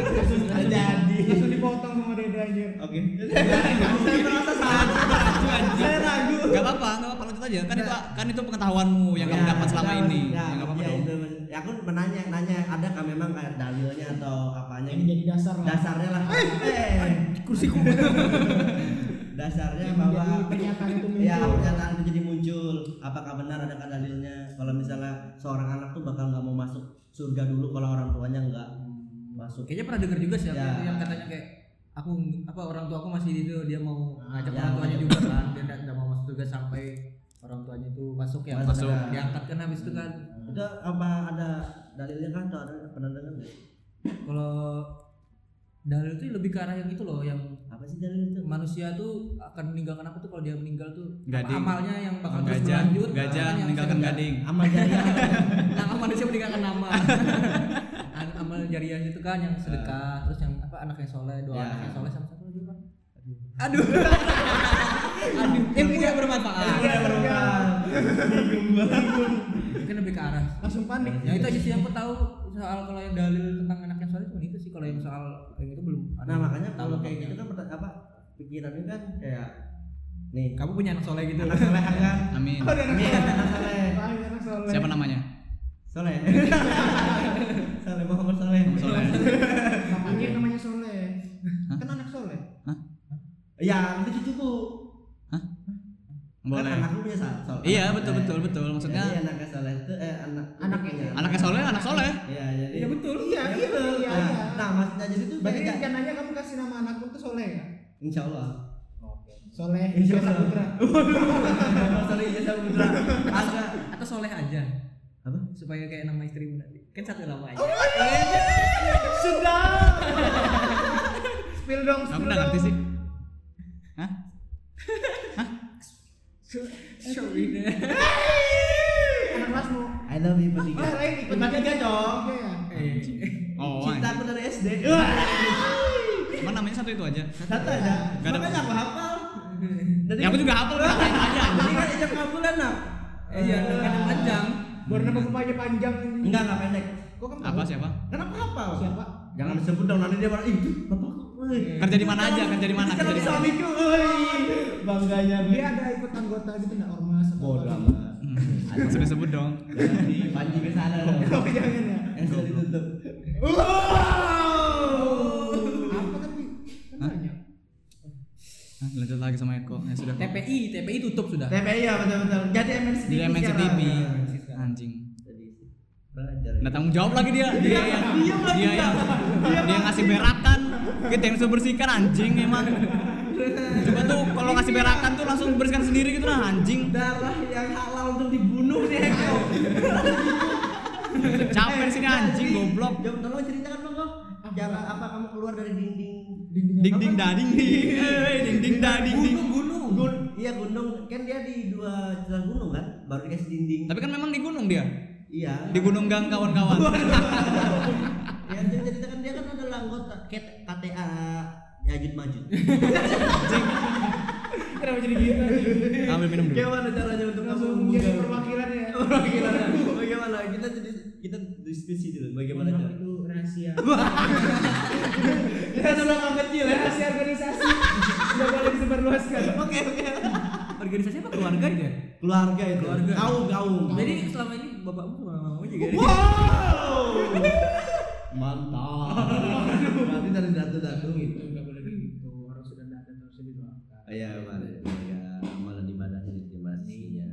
[SPEAKER 2] jadi
[SPEAKER 4] Iya,
[SPEAKER 3] Langsung dipotong sama Reda aja.
[SPEAKER 2] oke saya merasa salah saya ragu
[SPEAKER 1] Gak apa-apa, gak apa-apa lanjut aja. Kan itu kan itu pengetahuanmu yang kamu
[SPEAKER 5] Iya,
[SPEAKER 2] Ya,
[SPEAKER 1] dapat selama
[SPEAKER 2] ya,
[SPEAKER 1] ini.
[SPEAKER 2] ya,
[SPEAKER 1] Ya gak apa-apa
[SPEAKER 2] ya,
[SPEAKER 1] dong.
[SPEAKER 2] itu. Ya, aku menanya nanya ada kan memang kayak dalilnya atau apanya gitu?
[SPEAKER 3] Yang Nah, jadi dasar lah.
[SPEAKER 2] dasarnya lah eh,
[SPEAKER 5] Kursiku.
[SPEAKER 2] *laughs* dasarnya
[SPEAKER 3] Yang
[SPEAKER 2] bahwa
[SPEAKER 3] jadi kenyataan itu muncul.
[SPEAKER 4] Iya.
[SPEAKER 2] ya pernyataan itu jadi muncul apakah benar adakah dalilnya kalau misalnya seorang anak tuh bakal nggak mau masuk surga dulu kalau orang tuanya nggak masuk
[SPEAKER 5] Kayaknya pernah dengar juga sih
[SPEAKER 2] Ya.
[SPEAKER 5] yang, yang katanya kayak aku apa orang tua aku masih itu dia mau ngajak
[SPEAKER 2] Ya,
[SPEAKER 5] orang tuanya
[SPEAKER 2] iya.
[SPEAKER 5] juga kan dia nggak nggak mau masuk surga sampai orang tuanya itu masuk ya
[SPEAKER 2] Masuk.
[SPEAKER 5] karena diangkat kan habis itu kan
[SPEAKER 2] Itu apa ada dalilnya kan atau ada pernah dengar nggak?
[SPEAKER 5] kalau dalil itu lebih ke arah yang itu loh yang
[SPEAKER 2] Apa sih dalil itu?
[SPEAKER 5] manusia tuh akan meninggalkan apa tuh kalau dia meninggal tuh apa
[SPEAKER 1] Gading.
[SPEAKER 5] amalnya yang bakal terus
[SPEAKER 1] gajah
[SPEAKER 5] berlanjut
[SPEAKER 1] gajah
[SPEAKER 5] amalnya yang
[SPEAKER 1] meninggalkan
[SPEAKER 5] bisa-
[SPEAKER 1] gading
[SPEAKER 2] Amal
[SPEAKER 5] *laughs*
[SPEAKER 2] jariah.
[SPEAKER 5] nama manusia meninggalkan nama An- amal jariahnya itu kan yang sedekah terus yang apa anak yang soleh doa
[SPEAKER 2] Ya.
[SPEAKER 5] anak yang soleh sama satu lagi apa
[SPEAKER 1] aduh aduh ilmu yang
[SPEAKER 5] Iya,
[SPEAKER 1] bermanfaat
[SPEAKER 5] mungkin lebih ke arah
[SPEAKER 3] langsung panik
[SPEAKER 5] yang itu aja sih yang aku tahu soal kalau yang dalil tentang anak yang soleh cuma itu sih kalau yang soal yang itu belum ada
[SPEAKER 2] Nah
[SPEAKER 5] yang
[SPEAKER 2] makanya
[SPEAKER 5] tahu
[SPEAKER 2] kalau kayak
[SPEAKER 5] apa-apa.
[SPEAKER 2] gitu kan perta- apa pikirannya kan kayak nih
[SPEAKER 5] kamu punya anak soleh gitu
[SPEAKER 2] anak soleh kan?
[SPEAKER 1] amin
[SPEAKER 2] Nih anak soleh,
[SPEAKER 3] Lain, anak Iya, soleh.
[SPEAKER 1] siapa namanya *laughs*
[SPEAKER 2] soleh, soleh Muhammad soleh.
[SPEAKER 1] soleh
[SPEAKER 3] Namanya Iya, namanya soleh. Kan anak soleh.
[SPEAKER 2] Ya itu cucuku. Kan
[SPEAKER 1] boleh
[SPEAKER 2] anakku punya sol- soleh.
[SPEAKER 1] iya
[SPEAKER 2] Anak
[SPEAKER 1] betul
[SPEAKER 2] soleh.
[SPEAKER 1] betul betul
[SPEAKER 2] Jadi
[SPEAKER 1] maksudnya
[SPEAKER 2] anaknya soleh itu eh anak
[SPEAKER 3] Anaknya.
[SPEAKER 1] anaknya soleh anak soleh
[SPEAKER 2] Iya jadi.
[SPEAKER 3] Iya, betul. Iya,
[SPEAKER 2] Ya,
[SPEAKER 3] iya,
[SPEAKER 2] betul.
[SPEAKER 3] iya,
[SPEAKER 2] Nah,
[SPEAKER 3] iya.
[SPEAKER 2] Nah maksudnya jadi tuh
[SPEAKER 3] Berarti
[SPEAKER 2] kayak-
[SPEAKER 3] rencananya kamu kasih nama anakku tuh soleh ya? Iya.
[SPEAKER 2] Insya Allah.
[SPEAKER 3] Soleh
[SPEAKER 2] Insya
[SPEAKER 3] Jasa
[SPEAKER 2] Allah.
[SPEAKER 3] Putra.
[SPEAKER 2] Muhammad soleh Ijasa Putra. Nah, Agak
[SPEAKER 5] atau soleh aja
[SPEAKER 2] apa?
[SPEAKER 5] supaya kayak nama istrimu nanti kan satu nama aja
[SPEAKER 3] *laughs* Sudah. Spill dong,
[SPEAKER 1] aku udah
[SPEAKER 3] spill dong.
[SPEAKER 1] ngerti sih Hah?
[SPEAKER 3] Su-
[SPEAKER 5] show ini
[SPEAKER 3] Anak kelasmu.
[SPEAKER 2] I love you
[SPEAKER 3] Oh,
[SPEAKER 2] bertiga.
[SPEAKER 3] lain ikut
[SPEAKER 2] Bertiga dong.
[SPEAKER 3] Oke ya.
[SPEAKER 1] oh
[SPEAKER 2] Cinta
[SPEAKER 1] anjing.
[SPEAKER 2] aku dari SD.
[SPEAKER 1] Cuman namanya satu itu aja
[SPEAKER 2] Satu aja.
[SPEAKER 1] Gak ada-
[SPEAKER 2] Makanya aku hafal. Dari
[SPEAKER 1] ya aku juga hafal udah kayak aja
[SPEAKER 2] Jadi kan ijab kabulan nak. Eh,
[SPEAKER 5] iya kan panjang
[SPEAKER 2] Hmm.
[SPEAKER 3] Baru nama rumahnya panjang.
[SPEAKER 2] Enggak enggak pendek.
[SPEAKER 3] Kok kamu
[SPEAKER 1] apa
[SPEAKER 3] tahu?
[SPEAKER 1] siapa
[SPEAKER 2] Kenapa hafal?
[SPEAKER 3] Siapa?
[SPEAKER 2] Jangan disebut dong nanti dia marah. Ih, bapakku. woi."
[SPEAKER 1] Kerja di mana aja, kerja di mana,
[SPEAKER 2] Bicara
[SPEAKER 1] kerja di mana.
[SPEAKER 2] suamiku. woi. Bangganya gue.
[SPEAKER 3] Dia ada ikut anggota gitu enggak ormas atau
[SPEAKER 2] Bodoh
[SPEAKER 3] apa?
[SPEAKER 2] amat.
[SPEAKER 1] hmm. sudah sebut dong
[SPEAKER 2] Jadi panji ke sana *laughs* dong.
[SPEAKER 3] Oh,
[SPEAKER 2] iya,
[SPEAKER 3] jangan ya.
[SPEAKER 2] Yang sudah ditutup.
[SPEAKER 3] Apa tapi? Kan banyak.
[SPEAKER 1] Hah, lanjut lagi sama Eko ya sudah
[SPEAKER 5] TPI TPI tutup sudah
[SPEAKER 2] TPI ya betul-betul. Jadi MNC
[SPEAKER 1] di MNC TV
[SPEAKER 2] Nah,
[SPEAKER 1] anjing
[SPEAKER 2] Belajar.
[SPEAKER 1] Nggak tanggung jawab lagi dia. Dia yang dia, yang dia ngasih berakan. Kita yang suruh bersihkan anjing emang. Coba tuh kalau ngasih berakan tuh langsung bersihkan sendiri gitu nah anjing.
[SPEAKER 2] darah yang halal untuk dibunuh nih
[SPEAKER 1] *laughs*
[SPEAKER 2] Eko.
[SPEAKER 1] Capek sini anjing goblok.
[SPEAKER 2] Jom tolong ceritakan dong kok. Cara apa kamu keluar dari dinding
[SPEAKER 3] Dinding
[SPEAKER 1] Ding ding
[SPEAKER 2] *laughs*
[SPEAKER 1] dading ding. Eh, Ding ding dading ding.
[SPEAKER 2] gunung. Gun, iya gunung. Kan dia di dua celah gunung kan, baru dikasih dinding.
[SPEAKER 1] Tapi kan memang di gunung dia.
[SPEAKER 2] Iya.
[SPEAKER 1] Di gunung gang kawan-kawan.
[SPEAKER 2] Ya jadi ceritakan dia kan adalah anggota K- KTA Yajud Majud.
[SPEAKER 3] Kenapa jadi gitu?
[SPEAKER 1] Ambil minum dulu.
[SPEAKER 2] Gimana caranya untuk kamu
[SPEAKER 3] Langsung jadi
[SPEAKER 2] membuka-
[SPEAKER 3] perwakilan ya.
[SPEAKER 2] Bagaimana? Bagaimana? Kita jadi kita diskusi dulu bagaimana
[SPEAKER 3] Memang
[SPEAKER 2] cara.
[SPEAKER 3] itu rahasia.
[SPEAKER 2] Kita sudah orang kecil ya.
[SPEAKER 3] Rahasia organisasi. Enggak boleh disebarluaskan.
[SPEAKER 2] Oke oke.
[SPEAKER 5] organisasi apa keluarga ya
[SPEAKER 2] Keluarga itu.
[SPEAKER 5] Keluarga.
[SPEAKER 2] Kaum kaum.
[SPEAKER 5] jadi selama ini bapakmu sama mamamu juga
[SPEAKER 2] Wow. Mantap. Berarti dari datu-datu gitu.
[SPEAKER 3] Enggak boleh gitu. Orang sudah ada harus didoakan.
[SPEAKER 2] Iya, mari. Ya, amalan ibadah ini estimasinya. Iya.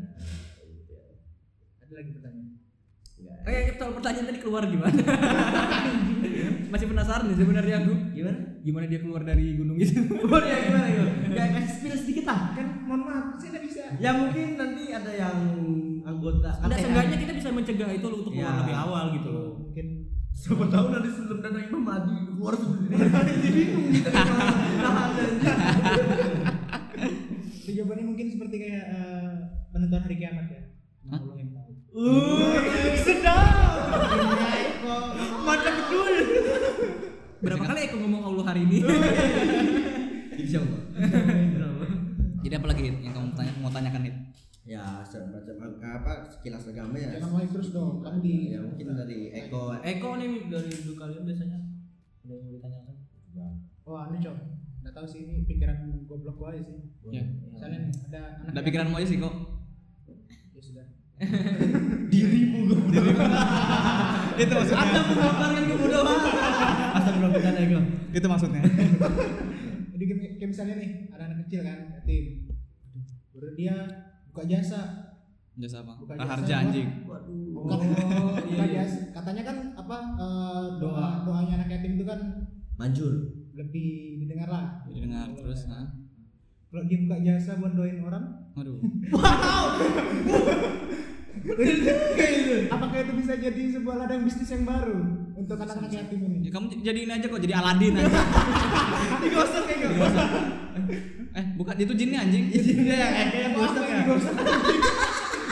[SPEAKER 3] Ada lagi pertanyaan.
[SPEAKER 5] Kayaknya soal pertanyaan tadi keluar gimana? *laughs* Masih penasaran nih sebenarnya aku.
[SPEAKER 2] Gimana?
[SPEAKER 5] Gimana dia keluar dari gunung itu?
[SPEAKER 2] Gimana gimana gimana? Ya kasih spill sedikit lah.
[SPEAKER 3] Kan mohon maaf, saya enggak bisa.
[SPEAKER 2] Ya mungkin nanti ada yang anggota
[SPEAKER 5] Enggak
[SPEAKER 2] KTA.
[SPEAKER 5] seenggaknya kita bisa mencegah itu loh untuk
[SPEAKER 1] Ya.
[SPEAKER 5] keluar
[SPEAKER 2] Iya.
[SPEAKER 5] lebih awal gitu loh.
[SPEAKER 2] Mungkin siapa tahu nanti sebelum dana Imam Mahdi keluar sendiri. *laughs* Jadi bingung kita gimana. Nah, ada-
[SPEAKER 3] Itu jawabannya mungkin seperti kayak eh, penentuan hari kiamat ya. Cuma Allah yang tahu.
[SPEAKER 2] Uh, sedap.
[SPEAKER 3] Iya, kok.
[SPEAKER 2] Mantap betul.
[SPEAKER 5] Berapa
[SPEAKER 1] kan?
[SPEAKER 5] kali aku ngomong Allah hari ini?
[SPEAKER 2] Insyaallah.
[SPEAKER 1] *laughs* Jadi apalagi Hit, yang kamu tanya, mau tanyakan Hit?
[SPEAKER 2] Ya, semacam apa sekilas agama ya.
[SPEAKER 3] Jangan mulai terus dong, kamu di-
[SPEAKER 2] Ya mungkin dari Eko.
[SPEAKER 5] Eko nih dari dulu kalian biasanya ada yang mau ditanyakan?
[SPEAKER 3] Wah, ini Oh, anu, cok. Enggak tahu sih ini pikiran goblok gua aja sih.
[SPEAKER 2] Hmm.
[SPEAKER 1] Ya.
[SPEAKER 3] Misalnya nih, ada anak
[SPEAKER 1] Udah pikiranmu aja sih kok.
[SPEAKER 3] ya sudah.
[SPEAKER 2] Dirimu
[SPEAKER 1] *laughs* Itu maksudnya.
[SPEAKER 2] Anda menggambarkan kebodohan. Astagfirullahaladzim Eko.
[SPEAKER 1] Itu maksudnya.
[SPEAKER 3] Jadi kayak kayak misalnya nih, ada anak kecil kan, yatim. Baru dia buka jasa.
[SPEAKER 1] Jasa apa?
[SPEAKER 3] Bukan
[SPEAKER 1] Raharja
[SPEAKER 3] jasa, apa?
[SPEAKER 1] Nah, anjing.
[SPEAKER 2] Waduh.
[SPEAKER 3] Bukan,
[SPEAKER 5] iya.
[SPEAKER 3] buka jasa. Katanya kan apa eh, doa doanya anak yatim itu kan
[SPEAKER 2] Manjur.
[SPEAKER 3] lebih didengar lah. Oh, iya.
[SPEAKER 1] Didengar terus, nah. *laughs*
[SPEAKER 3] Kalau dia buka jasa buat doain orang,
[SPEAKER 1] Waduh.
[SPEAKER 3] gitu. Apakah itu bisa jadi sebuah ladang bisnis yang baru untuk anak-anak yatim ini?
[SPEAKER 1] Ya, kamu j- jadiin aja kok jadi Aladin aja.
[SPEAKER 3] Digosok kayak gitu. *laughs*
[SPEAKER 1] eh, bukan itu jinnya eh. anjing. *laughs*
[SPEAKER 2] Iya, yang kayak
[SPEAKER 3] Apa yang digosok?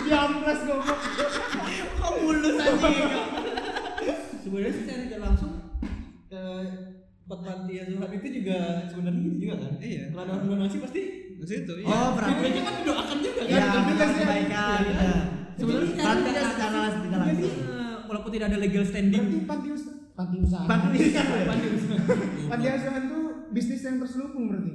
[SPEAKER 3] Diamplas Ya goblok.
[SPEAKER 2] Kok mulus anjing? sebenarnya secara tidak langsung ke tempat panti asuhan itu juga sebenarnya gitu juga kan?
[SPEAKER 1] Iya.
[SPEAKER 2] Kalau ada orang donasi pasti
[SPEAKER 1] Ke situ. Iya.
[SPEAKER 2] Oh, berarti mereka kan didoakan juga
[SPEAKER 3] Iya, betul juga sih.
[SPEAKER 2] kebaikan. iya. Sebenarnya
[SPEAKER 5] Sebenarnya
[SPEAKER 2] kan
[SPEAKER 5] tidak
[SPEAKER 2] secara tidak langsung.
[SPEAKER 5] Eh, walaupun tidak ada legal standing
[SPEAKER 3] Berarti panti usaha. Panti usaha.
[SPEAKER 2] Panti asuhan.
[SPEAKER 3] *laughs* Panti asuhan tuh bisnis yang terselubung berarti.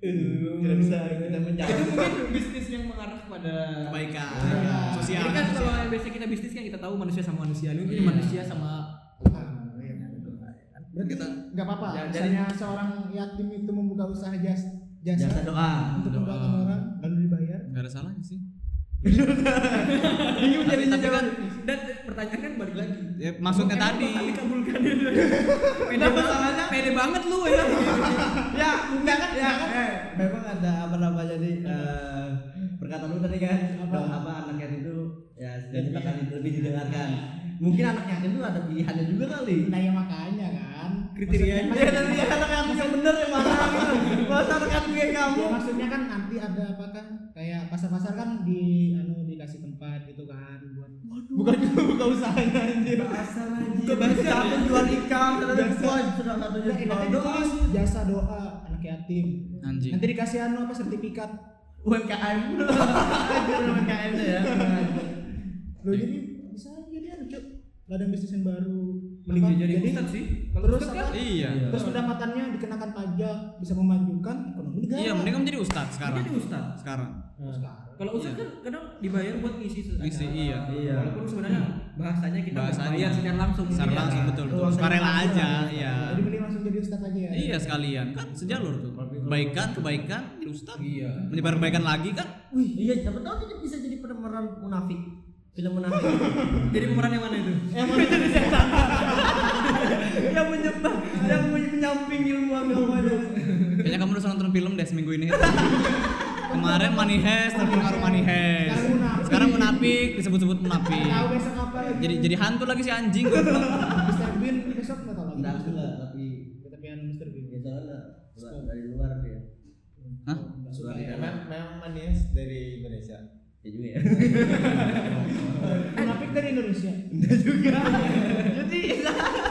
[SPEAKER 2] Tidak bisa kita menjawab.
[SPEAKER 5] itu mungkin bisnis yang mengarah kepada
[SPEAKER 1] Kebaikan.
[SPEAKER 3] Iya.
[SPEAKER 1] Sosial. Iya.
[SPEAKER 5] ini kan kalau yang biasanya kita bisnis kan kita tahu manusia sama manusia ini mungkin manusia sama
[SPEAKER 3] Ah, iya. Berarti
[SPEAKER 1] Kita-
[SPEAKER 3] nggak apa-apa.
[SPEAKER 2] Ya, jadi-
[SPEAKER 3] Misalnya seorang yatim itu membuka usaha jas- jasa,
[SPEAKER 2] Jasa doa.
[SPEAKER 3] untuk
[SPEAKER 1] doa.
[SPEAKER 3] mendoakan orang lalu dibayar.
[SPEAKER 1] Gak ada salahnya sih.
[SPEAKER 5] bingung
[SPEAKER 1] Tapi-
[SPEAKER 5] jadinya
[SPEAKER 1] tapi
[SPEAKER 5] jalan
[SPEAKER 1] kan-
[SPEAKER 5] dan pertanyaan kan balik lagi
[SPEAKER 1] Ya, maksudnya
[SPEAKER 5] Emang
[SPEAKER 1] tadi.
[SPEAKER 5] bakal dikabulkan pede banget pede banget lu ya
[SPEAKER 2] ya enggak kan ya kan memang ada apa namanya jadi eh, perkataan lu tadi kan apa, apa anak yatim itu ya sejati bakal lebih didengarkan mungkin anak yatim itu ada pilihannya juga kali
[SPEAKER 3] Nah ya makanya kan.
[SPEAKER 2] kriterianya ya
[SPEAKER 3] Maksudnya kan-
[SPEAKER 2] tapi ya anak yatim yang bener yang mana gitu Nggak usah anak yatim kayak kamu
[SPEAKER 3] Ya, maksudnya kan nanti ada apa kan kayak pasar-pasar kan di anu dikasih tempat gitu kan buat *laughs*
[SPEAKER 2] bukan juga buka usahanya anjir
[SPEAKER 4] Bahasa lagi.
[SPEAKER 2] buka bahasa aku jual ikan ada jual salah satunya
[SPEAKER 3] Eh,
[SPEAKER 2] jual
[SPEAKER 3] nanti
[SPEAKER 2] doang
[SPEAKER 3] ditulis jasa doa anak yatim
[SPEAKER 1] Anjing.
[SPEAKER 3] nanti dikasih anu apa sertifikat
[SPEAKER 1] *laughs*
[SPEAKER 2] UMKM anjir UMKM tuh
[SPEAKER 1] Iya,
[SPEAKER 2] ya
[SPEAKER 3] lo jadi bisa jadi anu cuk ladang bisnis yang baru
[SPEAKER 5] mending
[SPEAKER 3] Apa?
[SPEAKER 5] dia jadi ustad sih kalau
[SPEAKER 3] terus
[SPEAKER 5] ustad
[SPEAKER 3] apa
[SPEAKER 5] kan
[SPEAKER 1] Iya.
[SPEAKER 3] terus pendapatannya dikenakan pajak bisa memajukan ekonomi negara Nah,
[SPEAKER 1] Iya, mending kamu jadi ustad sekarang.
[SPEAKER 5] jadi ustad
[SPEAKER 1] Sekarang.
[SPEAKER 3] sekarang
[SPEAKER 5] kalau ustad
[SPEAKER 1] Iya.
[SPEAKER 5] kan kadang dibayar buat ngisi
[SPEAKER 1] Ngisi, iya.
[SPEAKER 2] Iya.
[SPEAKER 5] walaupun sebenarnya bahasanya kita nggak
[SPEAKER 1] Bahasanya.
[SPEAKER 5] bayar secara langsung
[SPEAKER 1] Secara
[SPEAKER 5] Iya.
[SPEAKER 1] langsung betul. betul.
[SPEAKER 2] Uang
[SPEAKER 1] Sukarela
[SPEAKER 2] dari
[SPEAKER 1] aja,
[SPEAKER 2] langsung.
[SPEAKER 1] iya.
[SPEAKER 3] jadi mending langsung jadi ustaz aja ya
[SPEAKER 1] Iya sekalian kan sejalur tuh. Kebaikan, kebaikan, jadi ustad.
[SPEAKER 5] iya
[SPEAKER 1] Menyebar kebaikan lagi kan?
[SPEAKER 2] Wih, iya, siapa tahu dia bisa jadi pemeran munafik. Film munafik.
[SPEAKER 5] jadi pemeran yang mana itu Iya,
[SPEAKER 2] Emang jadi setan. yang menyembah, yang men- menyamping ilmu
[SPEAKER 3] iya,
[SPEAKER 2] agamanya.
[SPEAKER 1] Kayaknya kamu harus nonton film deh seminggu ini. Kemarin Manihest, tapi ngaruh Manihest.
[SPEAKER 3] Sekarang Munafik.
[SPEAKER 1] Sekarang munafik, disebut-sebut munafik.
[SPEAKER 3] tahu besok apa lagi
[SPEAKER 1] Jadi jadi hantu lagi si anjing. goblok.
[SPEAKER 3] Mr. Bean besok nggak tahu lagi
[SPEAKER 2] Enggak juga, tapi
[SPEAKER 3] tapi anu Mr. Bean
[SPEAKER 2] dia soalnya bukan dari luar dia.
[SPEAKER 1] Hah?
[SPEAKER 3] Nggak suka.
[SPEAKER 2] Luar ya.
[SPEAKER 4] Memang memang manis dari Indonesia.
[SPEAKER 2] Ya juga ya.
[SPEAKER 3] munafik dari Indonesia
[SPEAKER 2] Enggak juga. Jadi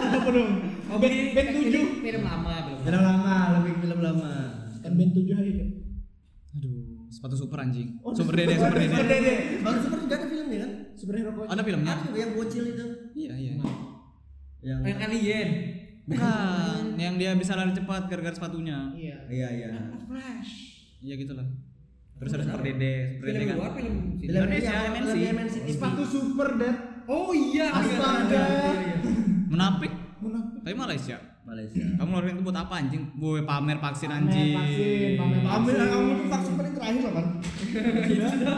[SPEAKER 3] apa dong
[SPEAKER 5] oh
[SPEAKER 3] band
[SPEAKER 5] ini
[SPEAKER 3] band
[SPEAKER 5] ini
[SPEAKER 3] tujuh
[SPEAKER 5] film lama belum
[SPEAKER 2] film lama, lebih film lama.
[SPEAKER 3] kan band tujuh aja Cuk.
[SPEAKER 1] Aduh, sepatu super anjing.
[SPEAKER 3] Oh,
[SPEAKER 1] Super dede, super dede.
[SPEAKER 2] Dede. Baru super juga ada filmnya kan?
[SPEAKER 3] superhero kok
[SPEAKER 1] Ada filmnya?
[SPEAKER 2] Ada juga yang bocil itu.
[SPEAKER 1] Iya, iya.
[SPEAKER 2] Yang
[SPEAKER 5] yang alien
[SPEAKER 1] Bukan, yang dia bisa lari cepat gara-gara sepatunya.
[SPEAKER 3] iya
[SPEAKER 2] Iya, iya.
[SPEAKER 1] Iya gitulah. Terus ada super dede, super dede
[SPEAKER 5] film
[SPEAKER 1] kan.
[SPEAKER 5] luar film sini.
[SPEAKER 2] Film
[SPEAKER 1] Indonesia, MNC.
[SPEAKER 3] sepatu super dad
[SPEAKER 5] oh iya
[SPEAKER 3] Astaga.
[SPEAKER 1] Munafik,
[SPEAKER 3] munafik
[SPEAKER 1] tapi Malaysia.
[SPEAKER 2] Malaysia.
[SPEAKER 1] Kamu ngeluarin itu buat apa anjing? Buat pamer vaksin anjing.
[SPEAKER 3] vaksin, pamer
[SPEAKER 2] Ambil
[SPEAKER 3] Vaksin.
[SPEAKER 2] kamu tuh vaksin paling terakhir loh kan.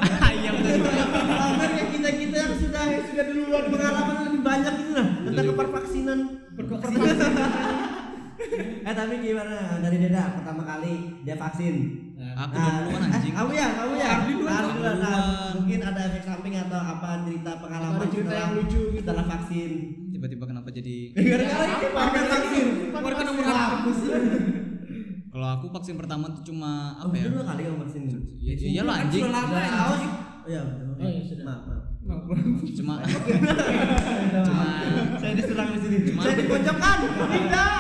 [SPEAKER 1] *laughs* Iya betul juga.
[SPEAKER 2] Pamer kayak kita kita ya, yang sudah sudah duluan pengalaman lebih banyak itu lah tentang
[SPEAKER 1] Betul.
[SPEAKER 2] kepervaksinan. Kepervaksinan. eh tapi gimana dari Deda pertama kali dia vaksin?
[SPEAKER 1] Aku udah duluan
[SPEAKER 2] eh,
[SPEAKER 1] anjing.
[SPEAKER 2] kamu ya, kamu ya.
[SPEAKER 1] Ardi duluan,
[SPEAKER 2] Ardi
[SPEAKER 1] kok.
[SPEAKER 2] duluan. Nah,
[SPEAKER 1] Duluan.
[SPEAKER 2] mungkin ada efek samping atau apa cerita pengalaman
[SPEAKER 3] Atau ada cerita
[SPEAKER 2] setelah-
[SPEAKER 3] yang lucu gitu.
[SPEAKER 2] setelah vaksin.
[SPEAKER 1] Tiba-tiba kenapa jadi
[SPEAKER 2] Gara-gara ini pamer vaksin.
[SPEAKER 5] Keluar ke nomor
[SPEAKER 2] Aku sih.
[SPEAKER 1] Kalau aku vaksin pertama tuh cuma apa ya?
[SPEAKER 2] Dua kali kamu vaksin.
[SPEAKER 1] Ya iyalah anjing.
[SPEAKER 5] Sudah lama ya.
[SPEAKER 2] Tahu sih. Oh iya,
[SPEAKER 3] Oh, iya, sudah.
[SPEAKER 2] Maaf, maaf.
[SPEAKER 1] Cuma cuma
[SPEAKER 2] saya diserang di sini
[SPEAKER 1] Cuma-
[SPEAKER 2] saya dipojokkan tidak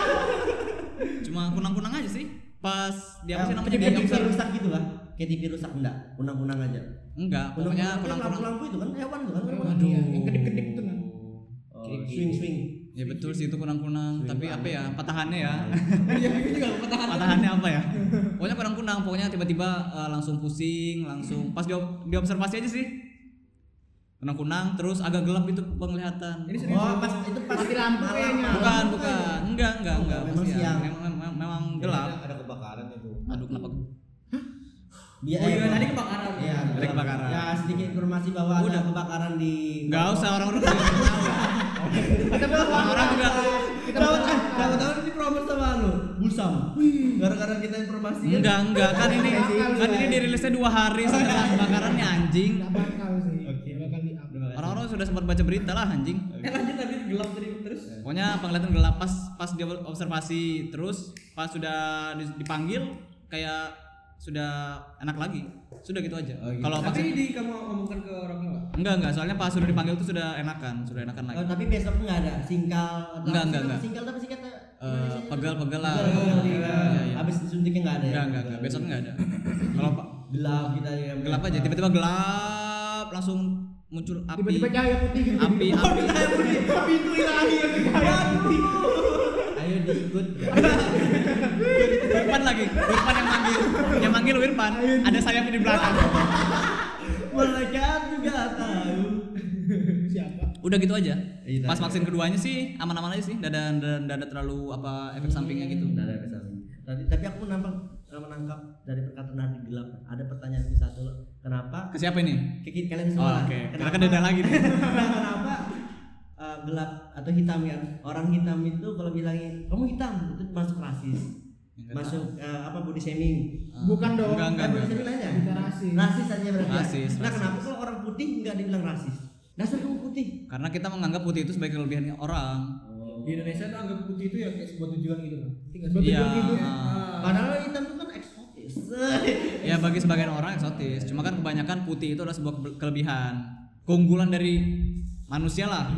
[SPEAKER 1] cuma kunang-kunang aja sih. Pas dia apa sih namanya
[SPEAKER 2] kayak
[SPEAKER 1] dia
[SPEAKER 2] TV
[SPEAKER 1] dokter?
[SPEAKER 2] rusak gitu kan kayak TV rusak enggak kunang-kunang aja
[SPEAKER 1] Enggak, pokoknya
[SPEAKER 2] lampu
[SPEAKER 1] kunang-kunang.
[SPEAKER 2] lampu itu kan hewan Oh, iya. itu kan
[SPEAKER 3] Aduh. Yang kedip-kedip tuh kan.
[SPEAKER 2] swing swing
[SPEAKER 1] Ya betul sih itu kunang-kunang, tapi apa ya? Patahannya ya. *laughs*
[SPEAKER 5] Iya, aku juga patahan.
[SPEAKER 1] Patahannya apa ya? Pokoknya kunang-kunang, pokoknya tiba-tiba eh, langsung pusing, langsung pas dia diobservasi aja sih. Kunang-kunang terus agak gelap itu penglihatan.
[SPEAKER 5] Ini serius.
[SPEAKER 2] oh pas itu pas
[SPEAKER 3] Mati lampu
[SPEAKER 2] malam. Oh,
[SPEAKER 3] kayaknya.
[SPEAKER 1] Bukan, bukan. Enggak, enggak, enggak.
[SPEAKER 2] Memang
[SPEAKER 1] Pasti ya.
[SPEAKER 2] siang.
[SPEAKER 1] Memang, memang, memang gelap.
[SPEAKER 4] Ada kebakaran itu.
[SPEAKER 1] Aduh, kenapa?
[SPEAKER 2] Iya,
[SPEAKER 5] Oh iya,
[SPEAKER 2] iya.
[SPEAKER 5] tadi kebakaran.
[SPEAKER 2] Iya,
[SPEAKER 1] Tadi kebakaran.
[SPEAKER 2] Ya, sedikit informasi bahwa ada kebakaran di
[SPEAKER 1] Enggak usah orang-orang udah tahu.
[SPEAKER 3] kita bawa
[SPEAKER 1] Orang-orang juga
[SPEAKER 3] kita
[SPEAKER 2] Tahu
[SPEAKER 3] bawa
[SPEAKER 2] eh, tahu tahu di promo sama lu. Bus Sam gara-gara kita informasi
[SPEAKER 1] Enggak, enggak kan ini
[SPEAKER 3] Bakal,
[SPEAKER 1] kan ini
[SPEAKER 3] guys.
[SPEAKER 1] dirilisnya dua hari setelah kebakarannya anjing.
[SPEAKER 3] Nggak bakal sih.
[SPEAKER 2] Oke.
[SPEAKER 3] Nggak bakal di-up.
[SPEAKER 1] Orang-orang sudah sempat baca berita lah anjing.
[SPEAKER 2] eh lanjut tadi gelap tadi terus
[SPEAKER 1] Pokoknya penglihatan gelap pas pas dia observasi terus pas sudah di- dipanggil kayak sudah enak lagi. Sudah gitu aja.
[SPEAKER 2] Oh, gitu.
[SPEAKER 1] Kalau pas
[SPEAKER 2] tapi di kamu omongkan ke orang tua
[SPEAKER 1] enggak enggak soalnya pas sudah dipanggil tuh sudah enakan, sudah enakan lagi.
[SPEAKER 2] Oh, tapi besok nggak ada singkal
[SPEAKER 1] Enggak, enggak, enggak.
[SPEAKER 2] singkal tapi singkat eh,
[SPEAKER 1] Eh,
[SPEAKER 2] Indonesia-nya tuh.
[SPEAKER 1] pegal-pegal lah.
[SPEAKER 2] Pegal,
[SPEAKER 1] Iya,
[SPEAKER 2] pegal.
[SPEAKER 1] iya, iya.
[SPEAKER 2] Habis disuntiknya nggak ada ya?
[SPEAKER 1] Enggak, enggak, enggak. Besok enggak ada. Kalau pa-
[SPEAKER 2] gelap kita ya
[SPEAKER 1] gelap aja tiba-tiba gelap langsung muncul api.
[SPEAKER 3] Tiba-tiba cahaya putih gitu.
[SPEAKER 1] api api
[SPEAKER 2] pintu ilahi yang kekayaan ayo diikut
[SPEAKER 1] Wirpan lagi, Wirpan yang manggil, yang manggil Wirpan. Ada sayapnya di belakang.
[SPEAKER 2] malaikat juga tahu
[SPEAKER 3] Siapa?
[SPEAKER 1] Udah gitu aja.
[SPEAKER 2] Iya,
[SPEAKER 1] Pas
[SPEAKER 2] iya.
[SPEAKER 1] vaksin keduanya sih aman-aman aja sih, dada dada, dada terlalu apa efek sampingnya gitu.
[SPEAKER 2] Nggak ada efek samping. tapi tapi aku menangkap menangkap dari perkataan hari gelap ada pertanyaan di satu loh. kenapa
[SPEAKER 1] Ke siapa ini?
[SPEAKER 2] ke kita- kalian
[SPEAKER 1] Oh,
[SPEAKER 2] semua
[SPEAKER 1] oke. Kita kan dada lagi nih.
[SPEAKER 2] kenapa eh, gelap atau hitam ya orang hitam itu kalau bilangin kamu hitam itu masuk rasis
[SPEAKER 1] Nggak
[SPEAKER 2] masuk eh, apa body shaming
[SPEAKER 3] Bukan dong.
[SPEAKER 1] Enggak, enggak,
[SPEAKER 2] Eh, body
[SPEAKER 1] enggak.
[SPEAKER 2] shaming lainnya
[SPEAKER 3] Bukan rasis.
[SPEAKER 2] rasis aja berarti ya?
[SPEAKER 1] Rasis,
[SPEAKER 2] nah
[SPEAKER 1] rasis.
[SPEAKER 2] kenapa kalau orang putih nggak dibilang rasis dasar kamu putih
[SPEAKER 1] Karena kita menganggap putih itu sebagai kelebihannya orang.
[SPEAKER 5] Di Indonesia tuh anggap putih itu ya kayak sebuah tujuan gitu kan.
[SPEAKER 1] Iya.
[SPEAKER 2] padahal hitam itu kan eksotis
[SPEAKER 1] Ya bagi sebagian orang eksotis, cuma kan kebanyakan putih itu adalah sebuah kebe- kelebihan, keunggulan dari manusia lah.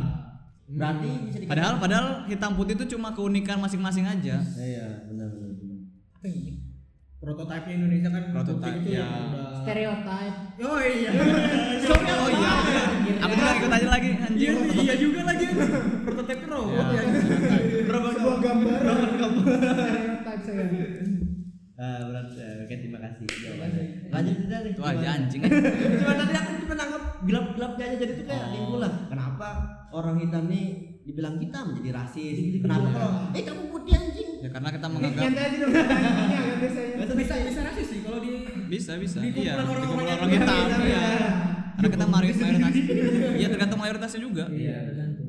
[SPEAKER 2] berarti bisa dikatakan-
[SPEAKER 1] Padahal padahal hitam putih itu cuma keunikan masing-masing aja.
[SPEAKER 2] *laughs* iya benar benar benar
[SPEAKER 3] Apa ini?
[SPEAKER 5] Prototipnya Indonesia kan
[SPEAKER 1] Prototipe,
[SPEAKER 5] putih itu
[SPEAKER 1] ya.
[SPEAKER 5] yang udah-
[SPEAKER 3] Stereotype.
[SPEAKER 5] Oh iya.
[SPEAKER 1] Sorry, oh iya. Aku juga ikut aja lagi Iya.
[SPEAKER 5] Iya,
[SPEAKER 1] anjir.
[SPEAKER 5] iya juga lagi. Prototipe robot ya.
[SPEAKER 3] Sebuah gambaran. Stereotype saya.
[SPEAKER 2] Ah, berat ya. Oke, terima kasih jawabannya. Lanjut kita nih.
[SPEAKER 1] Itu aja
[SPEAKER 2] *laughs*
[SPEAKER 1] anjing.
[SPEAKER 2] Cuma tadi aku cuma nangkep gelap-gelapnya aja jadi tuh kayak
[SPEAKER 1] Oh.
[SPEAKER 2] minggu lah. Kenapa orang hitam nih dibilang hitam jadi rasis? Kenapa kalau eh kamu putih anjing?
[SPEAKER 1] Ya karena kita
[SPEAKER 3] Ini
[SPEAKER 1] menganggap
[SPEAKER 3] nyantai aja dong. Ini agak biasanya.
[SPEAKER 5] Itu bisa bisa rasis sih kalau di
[SPEAKER 1] bisa bisa
[SPEAKER 5] Di
[SPEAKER 1] iya di
[SPEAKER 5] kumpulan orang-orang
[SPEAKER 1] kumpulan
[SPEAKER 5] yang
[SPEAKER 1] orang
[SPEAKER 5] hitam,
[SPEAKER 1] hitam
[SPEAKER 5] iya.
[SPEAKER 1] iya karena kita mayoritas mayoritas iya tergantung mayoritasnya juga
[SPEAKER 5] Iya, tergantung.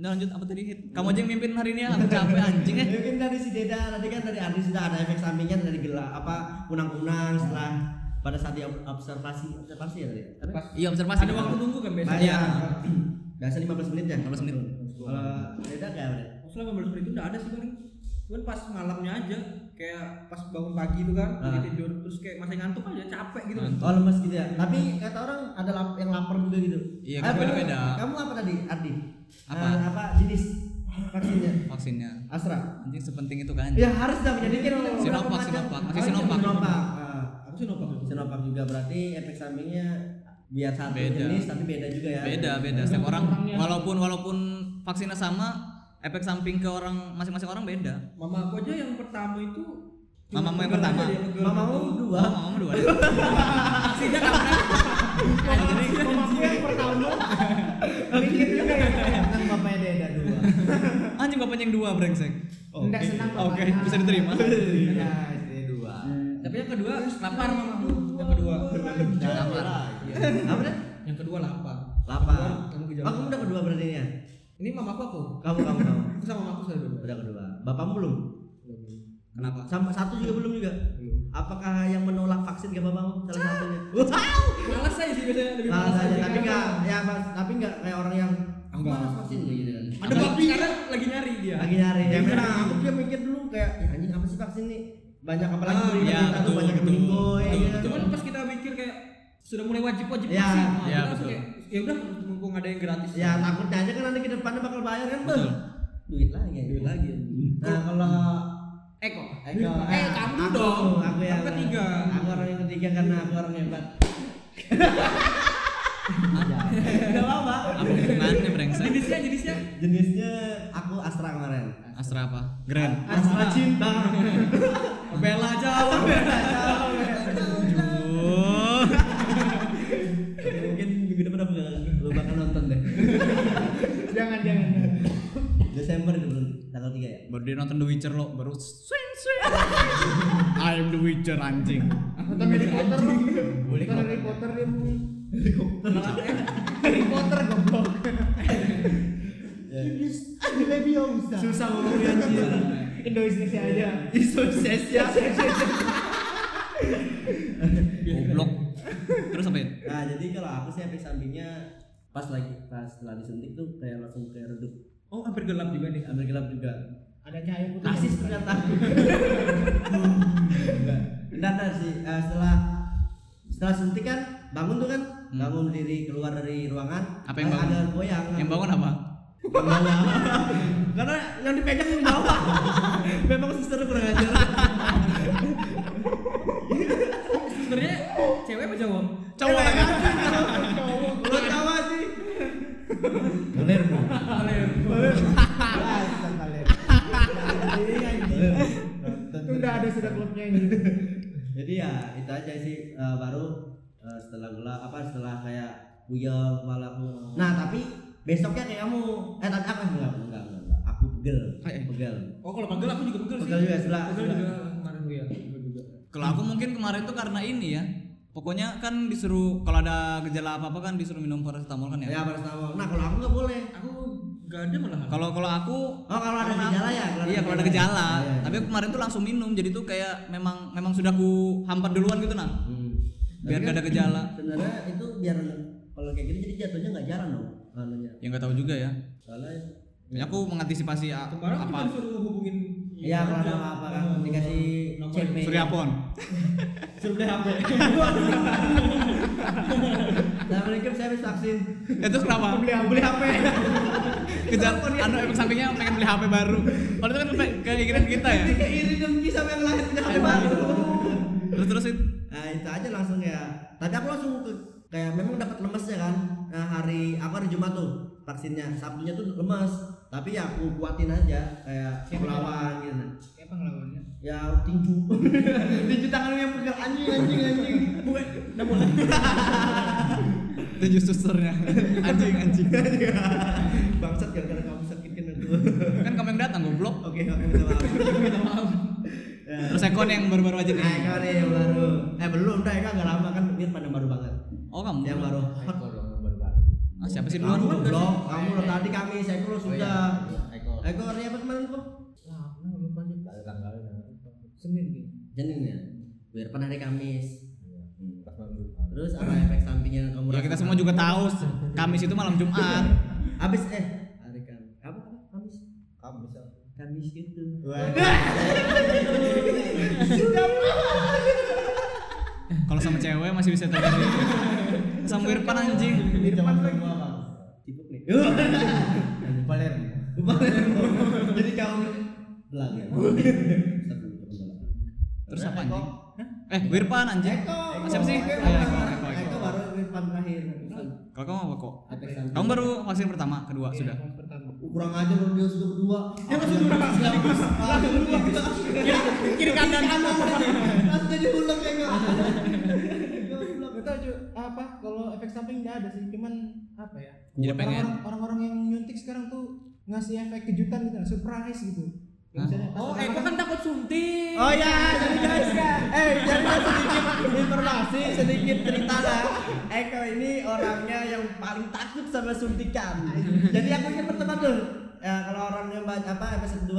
[SPEAKER 1] nah lanjut apa tadi Hit? kamu aja yang mimpin hari ini ya aku capek anjing eh
[SPEAKER 2] Mungkin dari si Deda tadi kan dari Adi sudah ada efek sampingnya dari gelap apa kunang-kunang setelah pada saat dia observasi observasi ya tadi. Apa?
[SPEAKER 1] iya observasi
[SPEAKER 5] Ada waktu nunggu kan biasanya.
[SPEAKER 2] Banyak. Biasa 15 menit ya?
[SPEAKER 1] 15 menit.
[SPEAKER 2] Kalau Deda kayak apa? Ded?
[SPEAKER 5] Maksudnya 15 menit itu udah ada sih paling Cuman pas malamnya aja Kayak pas bangun pagi itu kan lagi
[SPEAKER 2] Ah.
[SPEAKER 5] tidur Terus kayak masih ngantuk aja capek gitu
[SPEAKER 2] Oh lemes gitu ya. Tapi kata orang ada lap- yang lapar juga gitu.
[SPEAKER 1] Iya,
[SPEAKER 2] Ayo,
[SPEAKER 1] kan beda-beda.
[SPEAKER 2] Kamu apa tadi, Ardi?
[SPEAKER 1] Apa?
[SPEAKER 2] Eh, apa jenis vaksinnya?
[SPEAKER 1] vaksinnya
[SPEAKER 2] Astra.
[SPEAKER 1] anjing sepenting itu kan
[SPEAKER 2] Ya harus dah menjadikan
[SPEAKER 1] Sinovac, Sinovac.
[SPEAKER 2] Oh,
[SPEAKER 1] Masih Sinovac.
[SPEAKER 2] Sinovac. Eh, aku Sinovac. Sinovac juga berarti efek sampingnya biar satu
[SPEAKER 1] Beda.
[SPEAKER 2] jenis tapi beda juga ya.
[SPEAKER 1] beda beda setiap orang walaupun walaupun vaksinnya sama efek samping ke orang masing-masing orang beda
[SPEAKER 5] Mama aku aja yang pertama itu
[SPEAKER 1] Mamamu yang pertama?
[SPEAKER 2] Mamamu dua.
[SPEAKER 1] oh, mama dua vaksinnya anjing
[SPEAKER 3] Mamaku yang pertama. Mikir juga ya.
[SPEAKER 2] Kan bapaknya Deda dua.
[SPEAKER 1] anjing bapaknya yang dua brengsek
[SPEAKER 3] Nggak senang
[SPEAKER 1] oke
[SPEAKER 3] bapaknya.
[SPEAKER 1] bisa diterima
[SPEAKER 2] *laughs* Iya, Hmm. istri dua.
[SPEAKER 5] Tapi yang kedua lapar mamaku Yang kedua
[SPEAKER 2] Lapar. Apa Ded?
[SPEAKER 5] Yang kedua lapar
[SPEAKER 2] Lapar.
[SPEAKER 5] Kamu gejala.
[SPEAKER 2] Oh, kamu Iya. udah kedua berarti ini ya?
[SPEAKER 5] Ini mamaku aku
[SPEAKER 2] Kamu kamu kamu.
[SPEAKER 5] Aku sama mamaku saya dulu
[SPEAKER 2] Udah kedua. Bapakmu belum?
[SPEAKER 1] kenapa
[SPEAKER 2] Sama satu juga belum juga. Apakah yang menolak vaksin gak bapakmu *laughs* salah satunya?
[SPEAKER 5] Males aja sih biasanya lebih
[SPEAKER 2] Nah,
[SPEAKER 5] males aja
[SPEAKER 2] tapi nggak ya Mas, tapi nggak kayak orang yang aku malas vaksin kayak gitu kan.
[SPEAKER 5] Ada babi sekarang lagi nyari dia
[SPEAKER 2] Lagi nyari. Ya, nah, aku juga mikir dulu kayak ya, anjing apa sih vaksin nih? Banyak apalagi
[SPEAKER 5] Ah,
[SPEAKER 2] berita
[SPEAKER 1] iya,
[SPEAKER 2] berita tuh
[SPEAKER 1] betul,
[SPEAKER 2] banyak yang
[SPEAKER 1] betul,
[SPEAKER 2] meninggal ya.
[SPEAKER 1] betul,
[SPEAKER 2] gitu.
[SPEAKER 5] Cuman pas kita mikir kayak sudah mulai wajib-wajib
[SPEAKER 2] Ya,
[SPEAKER 5] vaksin nah,
[SPEAKER 1] ya,
[SPEAKER 5] kita langsung
[SPEAKER 1] betul.
[SPEAKER 5] kayak ya udah mumpung ada yang gratis
[SPEAKER 2] Ya takutnya aja kan nanti ke depannya bakal bayar kan, Bang.
[SPEAKER 1] Betul.
[SPEAKER 2] Duit lagi. Duit lagi. Nah, kalau
[SPEAKER 5] Eko
[SPEAKER 2] Eko,
[SPEAKER 5] Eh, kamu
[SPEAKER 2] aku,
[SPEAKER 5] dong. kan
[SPEAKER 2] Aku yang
[SPEAKER 5] Kamu ketiga.
[SPEAKER 2] Aku orang yang ketiga karena aku orang hebat. Iya.
[SPEAKER 5] *laughs*
[SPEAKER 2] Gak apa-apa.
[SPEAKER 1] apa hubungannya brengsek
[SPEAKER 5] Jenisnya jenisnya
[SPEAKER 2] Jenisnya aku Astra kemarin.
[SPEAKER 1] Astra apa? Grand.
[SPEAKER 2] Astra *laughs* cinta.
[SPEAKER 5] Bella jauh
[SPEAKER 1] Aduh.
[SPEAKER 2] Mungkin minggu depan aku gak lu bakal nonton deh.
[SPEAKER 3] Jangan jangan.
[SPEAKER 2] Desember itu belum tanggal 3 ya.
[SPEAKER 1] Baru dia nonton The Witcher lo, baru swing swing. I am The Witcher anjing.
[SPEAKER 3] Nonton Harry Potter Bang. Nonton Harry Potter dia mau. Harry Potter goblok.
[SPEAKER 2] Ya. Susah ngomongnya anjir.
[SPEAKER 3] ya, Indonesia aja.
[SPEAKER 2] Indonesia.
[SPEAKER 1] Goblok. Terus apa ya?
[SPEAKER 2] Nah, jadi kalau aku sih efek sampingnya pas lagi pas setelah disuntik tuh kayak langsung kayak redup. Oh, hampir gelap juga nih. Hampir gelap juga.
[SPEAKER 3] Ada cahaya putih.
[SPEAKER 2] Rasis ternyata. Enggak. Enggak enggak sih. Eh, setelah setelah suntik kan bangun tuh kan bangun diri keluar dari ruangan
[SPEAKER 1] Apa yang
[SPEAKER 2] kan
[SPEAKER 1] bangun?
[SPEAKER 2] ada goyang
[SPEAKER 1] Yang bangun apa?
[SPEAKER 2] karena yang dipegang yang bawah memang suster kurang ajar
[SPEAKER 5] Sebenarnya cewek apa cowok?
[SPEAKER 1] Cowok kan?
[SPEAKER 2] lo tahu sih
[SPEAKER 4] Bener bu.
[SPEAKER 3] Rasis kalian.
[SPEAKER 2] Nah,
[SPEAKER 3] Itu udah ada sudah klubnya ini.
[SPEAKER 2] jadi ya itu aja sih eh, baru eh, setelah gula apa setelah kayak puyeng malah nah tapi besoknya kayak kamu eh tadi apa enggak enggak enggak, enggak. aku pegel
[SPEAKER 1] Eh.
[SPEAKER 2] pegel
[SPEAKER 5] Oh kalau pegel aku juga pegel sih.
[SPEAKER 2] Pegel juga, sebelah-
[SPEAKER 5] Pegel
[SPEAKER 2] sebelah.
[SPEAKER 5] juga kemarin gue ya. Pegel juga.
[SPEAKER 1] Kalau aku mungkin kemarin tuh karena ini ya. Pokoknya kan disuruh kalau ada gejala apa-apa kan disuruh minum paracetamol kan ya.
[SPEAKER 2] ya paracetamol nah kalau aku nggak boleh
[SPEAKER 5] Aku gak ada malah.
[SPEAKER 1] Kalau kalau aku
[SPEAKER 2] oh kalau ada
[SPEAKER 1] Karena-
[SPEAKER 2] gejala ya
[SPEAKER 1] Iya kalau ada gejala.
[SPEAKER 2] Iya, iya.
[SPEAKER 1] Tapi aku kemarin tuh langsung minum jadi tuh kayak memang memang sudah ku hampat duluan gitu nah.
[SPEAKER 2] Hmm.
[SPEAKER 1] Biar gak
[SPEAKER 2] Tapi kan
[SPEAKER 1] ada gejala.
[SPEAKER 2] sebenarnya itu biar kalau kayak gini jadi jatuhnya nggak jarang dong anunya
[SPEAKER 1] Ya nggak tahu juga ya.
[SPEAKER 2] soalnya
[SPEAKER 1] Ya aku mengantisipasi a-
[SPEAKER 5] Kemarin aku cuma
[SPEAKER 1] apa?
[SPEAKER 5] suruh hubungin. Oh.
[SPEAKER 2] ya kalau ada apa-apa kan dikasih
[SPEAKER 5] Nomor-
[SPEAKER 2] CP
[SPEAKER 1] Suryapon. *laughs*
[SPEAKER 5] Suruh beli *laughs* HP.
[SPEAKER 2] Assalamualaikum saya habis vaksin
[SPEAKER 1] Ya terus kenapa? Beli, beli HP. Kejar anu efek sampingnya pengen beli HP baru. Padahal itu kan kepe- keinginan kita ya.
[SPEAKER 2] ini iri dengki sama yang lahir punya HP baru
[SPEAKER 1] Terus terusin.
[SPEAKER 2] nah itu aja langsung ya tadi aku langsung ke kayak memang dapat lemesnya kan nah, hari aku hari Jumat tuh vaksinnya Sabtunya tuh lemes tapi ya aku kuatin aja kayak
[SPEAKER 3] Siapa?
[SPEAKER 2] melawan gitu
[SPEAKER 3] Siapa ngelawannya?
[SPEAKER 2] ya tinju *laughs* tinju tangan yang pegang anjing anjing anjing bukan udah mulai
[SPEAKER 1] Tujuh susternya. *laughs* Anjing anjing.
[SPEAKER 2] *laughs* bangsat gara-gara kamu sakit kan aku *laughs*
[SPEAKER 1] Kan kamu yang datang goblok.
[SPEAKER 2] oke aku minta maaf Ya.
[SPEAKER 1] Terus Ekon yang baru-baru aja
[SPEAKER 2] eh
[SPEAKER 1] nih.
[SPEAKER 2] kau nih yang baru eh belum dah Eka nggak lama kan Irfan yang baru banget
[SPEAKER 1] Oh kamu.
[SPEAKER 2] yang baru hot
[SPEAKER 4] Ekor dong nomor baru.
[SPEAKER 1] Ah, siapa sih
[SPEAKER 2] kamu
[SPEAKER 1] duluan?
[SPEAKER 2] belum kamu lo tadi kami saya lo
[SPEAKER 4] Oh, iya.
[SPEAKER 2] sudah
[SPEAKER 4] Ekor.
[SPEAKER 2] Eko hari apa kemarin kok
[SPEAKER 3] Lama lupa nih.
[SPEAKER 4] Ada tanggalnya. Pak.
[SPEAKER 3] Senin gitu.
[SPEAKER 2] Senin ya Irfan hari Kamis
[SPEAKER 4] Iya. Pas malam Jumat.
[SPEAKER 2] terus apa efek sampingnya yang kamu
[SPEAKER 1] Ya kita
[SPEAKER 2] rasakan?
[SPEAKER 1] semua juga tahu Kamis itu malam Jumat.
[SPEAKER 2] habis eh hari Kamis apa apa? Kamis
[SPEAKER 4] Kamis ya.
[SPEAKER 2] Kamis gitu
[SPEAKER 1] Kalau sama cewek masih bisa terjadi. Sama Irfan anjing.
[SPEAKER 4] Irfan lagi.
[SPEAKER 2] sibuk nih *laughs*
[SPEAKER 4] Palermo.
[SPEAKER 2] Palermo. Jadi kamu belang ya.
[SPEAKER 1] Terus apa anjing? Eh, Wirpan anjing.
[SPEAKER 2] Eko.
[SPEAKER 1] Siapa sih?
[SPEAKER 2] Eko,
[SPEAKER 1] Oh, iya, Eko, Eko, Eko.
[SPEAKER 2] Eko baru Irfan terakhir.
[SPEAKER 1] Kalau kamu apa kok?
[SPEAKER 2] Efek samping.
[SPEAKER 1] Kamu baru vaksin pertama, kedua sudah.
[SPEAKER 3] Yang pertama.
[SPEAKER 2] kurang aja baru dia sudah kedua.
[SPEAKER 5] Ya, masih kurang.
[SPEAKER 2] Sekaligus. Langsung kedua.
[SPEAKER 5] Kiri- Kiri kanan.
[SPEAKER 2] Langsung jadi ulang ya enggak.
[SPEAKER 3] Gak tau cuy, apa kalau efek samping nggak ada sih, cuman apa ya?
[SPEAKER 1] Jadi pengen.
[SPEAKER 3] Orang-orang- Orang-orang yang nyuntik sekarang tuh ngasih efek kejutan gitu, surprise gitu.
[SPEAKER 1] Hah?
[SPEAKER 3] Kayak misalnya pas
[SPEAKER 5] Oh,
[SPEAKER 3] orang-
[SPEAKER 5] Eko kan takut suntik.
[SPEAKER 2] Oh ya, jadi guys ya. Eh, jadi sedikit informasi, sedikit cerita lah. Eko ini orangnya yang paling takut sama suntikan. jadi aku ingin berteman tuh. Ya, kalau orang yang baca apa episode 2